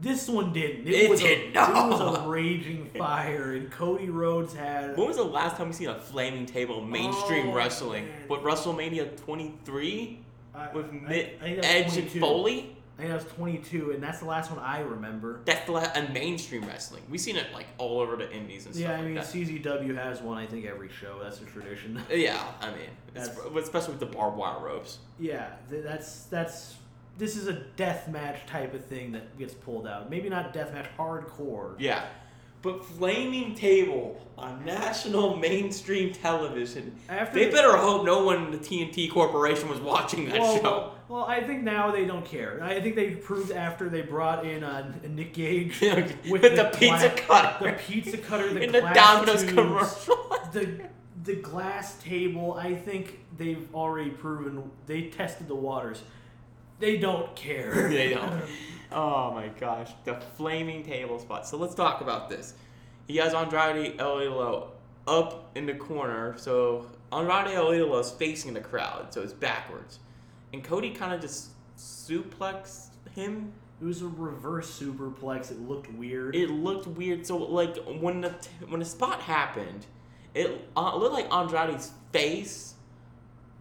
[SPEAKER 2] This one didn't. It,
[SPEAKER 1] It
[SPEAKER 2] was
[SPEAKER 1] did
[SPEAKER 2] a,
[SPEAKER 1] not.
[SPEAKER 2] It was a raging fire, and Cody Rhodes had.
[SPEAKER 1] When was the last time you seen a flaming table in mainstream
[SPEAKER 2] Oh,
[SPEAKER 1] wrestling?
[SPEAKER 2] man.
[SPEAKER 1] What WrestleMania 23
[SPEAKER 2] I-
[SPEAKER 1] with
[SPEAKER 2] I-
[SPEAKER 1] Mitt,
[SPEAKER 2] I think that was
[SPEAKER 1] Edge, and
[SPEAKER 2] 22.
[SPEAKER 1] Foley?
[SPEAKER 2] I think that was 22, and that's the last one I remember.
[SPEAKER 1] That's the last and mainstream wrestling. We've seen it like all over the indies and stuff
[SPEAKER 2] Yeah, I
[SPEAKER 1] like
[SPEAKER 2] mean,
[SPEAKER 1] that.
[SPEAKER 2] CZW has one, I think, every show. That's a tradition.
[SPEAKER 1] yeah, I mean, it's,
[SPEAKER 2] That's-
[SPEAKER 1] especially with the barbed wire ropes.
[SPEAKER 2] yeah, th- that's that's this is a death match type of thing that gets pulled out. Maybe not death match hardcore.
[SPEAKER 1] Yeah. But Flaming Table on national mainstream television.
[SPEAKER 2] After
[SPEAKER 1] They
[SPEAKER 2] the-
[SPEAKER 1] better hope no one in the TNT Corporation was watching that
[SPEAKER 2] well,
[SPEAKER 1] show.
[SPEAKER 2] well, well, I think now they don't care. I think they proved after they brought in uh, Nick Gage
[SPEAKER 1] With, the pizza
[SPEAKER 2] gla-
[SPEAKER 1] cutter.
[SPEAKER 2] the pizza cutter, the
[SPEAKER 1] in the
[SPEAKER 2] glass
[SPEAKER 1] Domino's
[SPEAKER 2] tubes,
[SPEAKER 1] commercial.
[SPEAKER 2] the the glass table. I think they've already proven they tested the waters. They don't care.
[SPEAKER 1] they don't. Oh my gosh, the flaming table spot. So let's talk about this. He has Andrade Elilo up in the corner. So Andrade Elilo is facing the crowd, so it's backwards. And Cody kind of just suplexed him.
[SPEAKER 2] It was a reverse superplex. It looked weird.
[SPEAKER 1] It looked weird. So like when the t- when the spot happened, it uh, looked like Andrade's face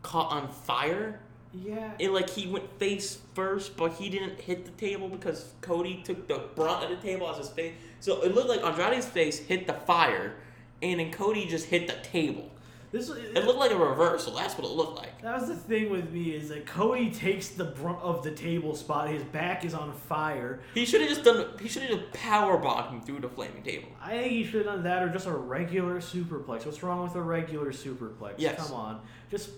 [SPEAKER 1] caught on fire.
[SPEAKER 2] Yeah.
[SPEAKER 1] And like he went face first, but he didn't hit the table because Cody took the brunt of the table as his face. So it looked like Andrade's face hit the fire, and then Cody just hit the table.
[SPEAKER 2] This was-
[SPEAKER 1] It looked like a reversal. That's what it looked like.
[SPEAKER 2] That was the thing with me is that Cody takes the brunt of the table spot. His back is on fire.
[SPEAKER 1] He should have just done. He should have just power bombed him through the flaming table.
[SPEAKER 2] I think he should have done that or just a regular superplex. What's wrong with a regular superplex?
[SPEAKER 1] Yes.
[SPEAKER 2] Come on. Just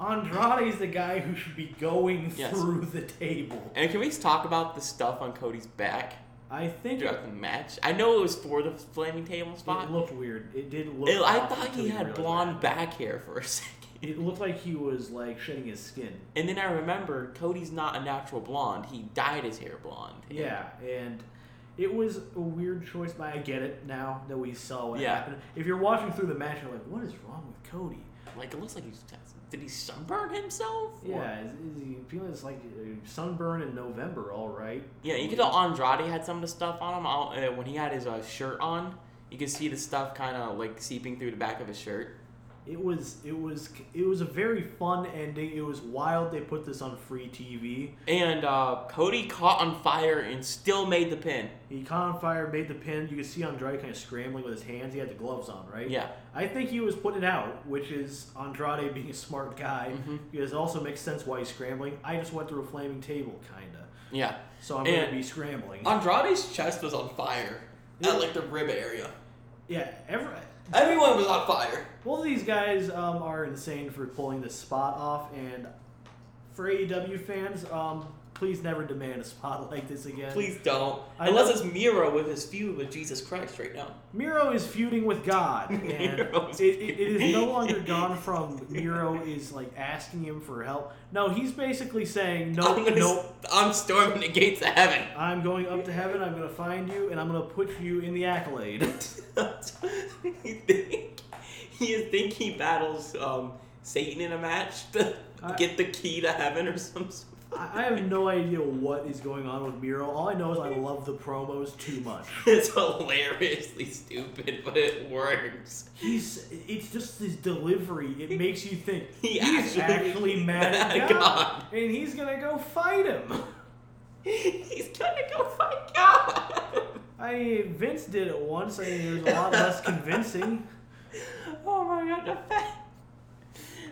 [SPEAKER 2] Andrade's the guy who should be going
[SPEAKER 1] Yes.
[SPEAKER 2] through the table.
[SPEAKER 1] And can we just talk about the stuff on Cody's back
[SPEAKER 2] I think it,
[SPEAKER 1] throughout the match? I know it was for the flaming table
[SPEAKER 2] it
[SPEAKER 1] spot.
[SPEAKER 2] looked weird. It did look
[SPEAKER 1] It- I
[SPEAKER 2] off
[SPEAKER 1] thought
[SPEAKER 2] until
[SPEAKER 1] he
[SPEAKER 2] you
[SPEAKER 1] had
[SPEAKER 2] realize
[SPEAKER 1] blonde
[SPEAKER 2] that.
[SPEAKER 1] back hair for a second.
[SPEAKER 2] It looked like he was like shedding his skin.
[SPEAKER 1] And then I remember Cody's not a natural blonde. He dyed his hair blonde.
[SPEAKER 2] Yeah, and it was a weird choice, but I get it now that we saw what
[SPEAKER 1] Yeah.
[SPEAKER 2] happened. If you're watching through the match, you're like, what is wrong with Cody?
[SPEAKER 1] Like it looks like he's did he sunburn himself? Or-
[SPEAKER 2] Yeah, is, is he feeling this like uh, sunburn in November? All right.
[SPEAKER 1] Yeah, you could tell Andrade had some of the stuff on him I'll- uh, when he had his uh, shirt on. You could see the stuff kind of like seeping through the back of his shirt.
[SPEAKER 2] It was it was it was a very fun ending. It was wild. They put this on free TV.
[SPEAKER 1] And uh, Cody caught on fire and still made the pin.
[SPEAKER 2] He caught on fire, made the pin. You could see Andrade kind of scrambling with his hands. He had the gloves on, right?
[SPEAKER 1] Yeah.
[SPEAKER 2] I think he was putting it out, which is Andrade being a smart guy.
[SPEAKER 1] Mm-hmm.
[SPEAKER 2] Because it also makes sense why he's scrambling. I just went through a flaming table, kinda.
[SPEAKER 1] Yeah.
[SPEAKER 2] So I'm gonna
[SPEAKER 1] And-
[SPEAKER 2] be scrambling.
[SPEAKER 1] Andrade's chest was on fire
[SPEAKER 2] Yeah.
[SPEAKER 1] at like the rib area.
[SPEAKER 2] yeah, every
[SPEAKER 1] Everyone was on fire.
[SPEAKER 2] both of these guys um, are insane for pulling this spot off, and for AEW fans, um, please never demand a spot like this again.
[SPEAKER 1] Please don't.
[SPEAKER 2] I
[SPEAKER 1] Unless
[SPEAKER 2] know-
[SPEAKER 1] it's Miro with his feud with Jesus Christ right now.
[SPEAKER 2] Miro is feuding with God, and
[SPEAKER 1] Miro's
[SPEAKER 2] it, it, it is no longer gone from Miro is like asking him for help. No, he's basically saying, "Nope,
[SPEAKER 1] I'm, gonna
[SPEAKER 2] nope,
[SPEAKER 1] s- I'm storming the gates of heaven.
[SPEAKER 2] I'm going up to heaven. I'm going to find you, and I'm going to put you in the accolade."
[SPEAKER 1] you think you think he battles um, Satan in a match to
[SPEAKER 2] I-
[SPEAKER 1] get the key to heaven or some? s-
[SPEAKER 2] I I have no idea what is going on with Miro. All I know is I love the promos too much.
[SPEAKER 1] It's hilariously stupid, but it works.
[SPEAKER 2] He's it's just his delivery. It makes you think
[SPEAKER 1] He
[SPEAKER 2] he's
[SPEAKER 1] actually-
[SPEAKER 2] actually mad at
[SPEAKER 1] mad
[SPEAKER 2] God,
[SPEAKER 1] God.
[SPEAKER 2] and he's gonna go fight him.
[SPEAKER 1] He's gonna go fight God.
[SPEAKER 2] I mean, Vince did it once. I mean, there's a lot less convincing.
[SPEAKER 1] Oh my god, the fact.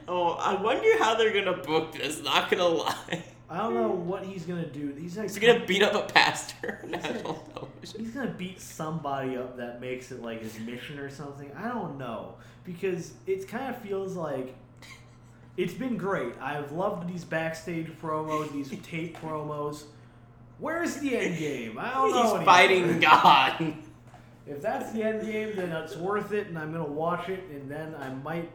[SPEAKER 1] Oh, I wonder how they're gonna book this. Not gonna lie,
[SPEAKER 2] I don't know what he's gonna do. He's like
[SPEAKER 1] he's gonna beat up a pastor on national television.
[SPEAKER 2] he's gonna beat somebody up that makes it like his mission or something. I don't know because it kind of feels like it's been great. I've loved these backstage promos, these tape promos. Where's the end game? I don't
[SPEAKER 1] He's
[SPEAKER 2] know. anymore.
[SPEAKER 1] fighting God.
[SPEAKER 2] If that's the end game, then it's worth it, and I'm gonna watch it, and then I might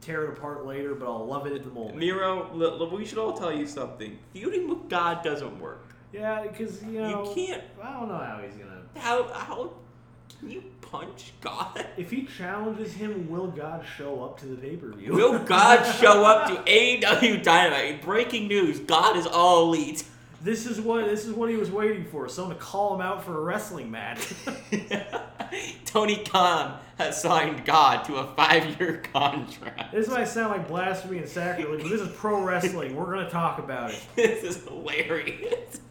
[SPEAKER 2] tear it apart later, but I'll love it at the moment.
[SPEAKER 1] Nero, l- l- we should all tell you something. Feuding with God doesn't work.
[SPEAKER 2] Yeah, because you know,
[SPEAKER 1] You can't.
[SPEAKER 2] I don't know how he's gonna.
[SPEAKER 1] How how can you punch God?
[SPEAKER 2] If he challenges him, will God show up to the pay per view?
[SPEAKER 1] Will God show up to AEW Dynamite? Breaking news: God is all elite.
[SPEAKER 2] This is what this is what he was waiting for. Someone to call him out for a wrestling match.
[SPEAKER 1] Tony Khan has signed God to a five-year contract.
[SPEAKER 2] this might sound like blasphemy and sacrilege, but this is pro wrestling. We're gonna talk about it.
[SPEAKER 1] This is hilarious.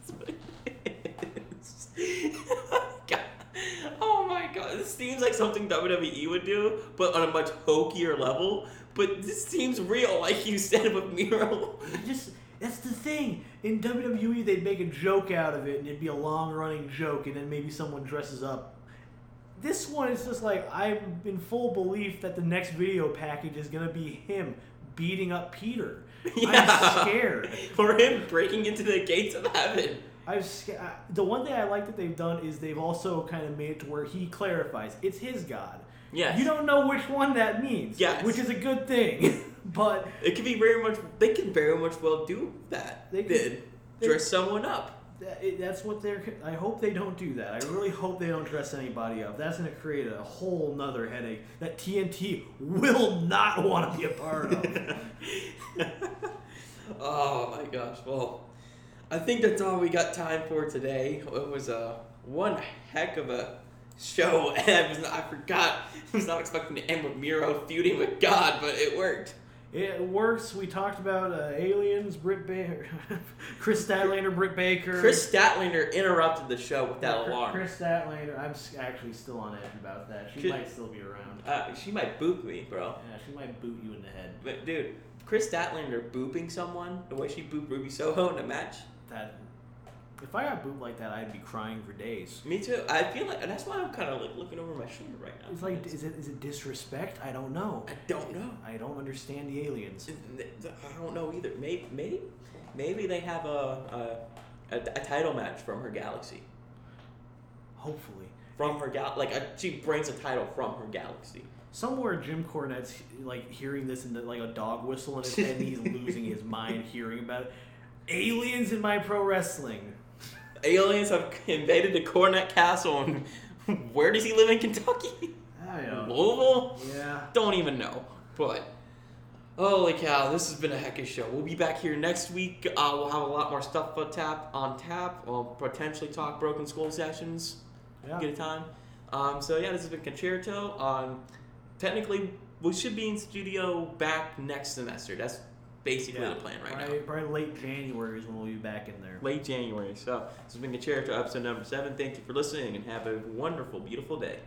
[SPEAKER 1] God. Oh my god, this seems like something WWE would do, but on a much hokier level. But this seems real, like you said with Miro.
[SPEAKER 2] Just that's the thing. In WWE, they'd make a joke out of it, and it'd be a long running joke, and then maybe someone dresses up. This one is just like I'm in full belief that the next video package is gonna be him beating up Peter.
[SPEAKER 1] Yeah.
[SPEAKER 2] I'm scared.
[SPEAKER 1] For him breaking into the gates of heaven.
[SPEAKER 2] I've sca- I- the one thing I like that they've done is they've also kind of made it to where he clarifies it's his god.
[SPEAKER 1] Yes.
[SPEAKER 2] You don't know which one that means.
[SPEAKER 1] Yes.
[SPEAKER 2] Which is a good thing, but
[SPEAKER 1] It could be very much. They can very much well do that.
[SPEAKER 2] They
[SPEAKER 1] They
[SPEAKER 2] could-
[SPEAKER 1] did
[SPEAKER 2] they-
[SPEAKER 1] dress someone up.
[SPEAKER 2] that, it- that's what they're. I hope they don't do that. I really hope they don't dress anybody up. That's gonna create a whole nother headache that TNT will not want to be a part of.
[SPEAKER 1] oh my gosh! Well, I think that's all we got time for today. It was uh, one heck of a show, and I was not, I forgot I was not expecting to end with Miro feuding with God, but it worked.
[SPEAKER 2] It works. We talked about uh, aliens, Britt Baker, Chris Statlander, Britt Baker.
[SPEAKER 1] Chris Statlander interrupted the show with that alarm.
[SPEAKER 2] Chris Statlander. I'm s- actually still on edge about that. She
[SPEAKER 1] Chris-
[SPEAKER 2] might still be around.
[SPEAKER 1] Uh, she might boop me, bro.
[SPEAKER 2] Yeah, she might boot you in the head.
[SPEAKER 1] But dude, Chris Statlander booping someone the way she booped Ruby Soho in a match.
[SPEAKER 2] That. If I got boot like that, I'd be crying for days.
[SPEAKER 1] Me too. I feel like and that's why I'm kind of like looking over my shoulder right now.
[SPEAKER 2] It's like, is it is it disrespect? I don't know.
[SPEAKER 1] I don't know.
[SPEAKER 2] I don't understand the aliens.
[SPEAKER 1] I don't know either. Maybe maybe maybe they have a a, a, a title match from her galaxy.
[SPEAKER 2] Hopefully,
[SPEAKER 1] From her gal like a, she brings a title from her galaxy.
[SPEAKER 2] somewhere Jim Cornette's like hearing this and like a dog whistle in his head, and he's losing his mind hearing about it. aliens in my pro wrestling.
[SPEAKER 1] Aliens have invaded the Cornet Castle. And where does he live in Kentucky?
[SPEAKER 2] I
[SPEAKER 1] Louisville?
[SPEAKER 2] Yeah.
[SPEAKER 1] Don't even know. But holy cow, this has been a heckish show. We'll be back here next week. Uh, we'll have a lot more stuff on tap. On tap. We'll potentially talk broken school sessions.
[SPEAKER 2] Yeah.
[SPEAKER 1] Get a time. Um, so yeah, this has been Concerto. Um, technically, we should be in studio back next semester. That's basically
[SPEAKER 2] Yeah.
[SPEAKER 1] the plan right now.
[SPEAKER 2] Probably, probably late January is when we'll be back in there.
[SPEAKER 1] Late January. So this has been Concerto episode number seven. Thank you for listening and have a wonderful, beautiful day.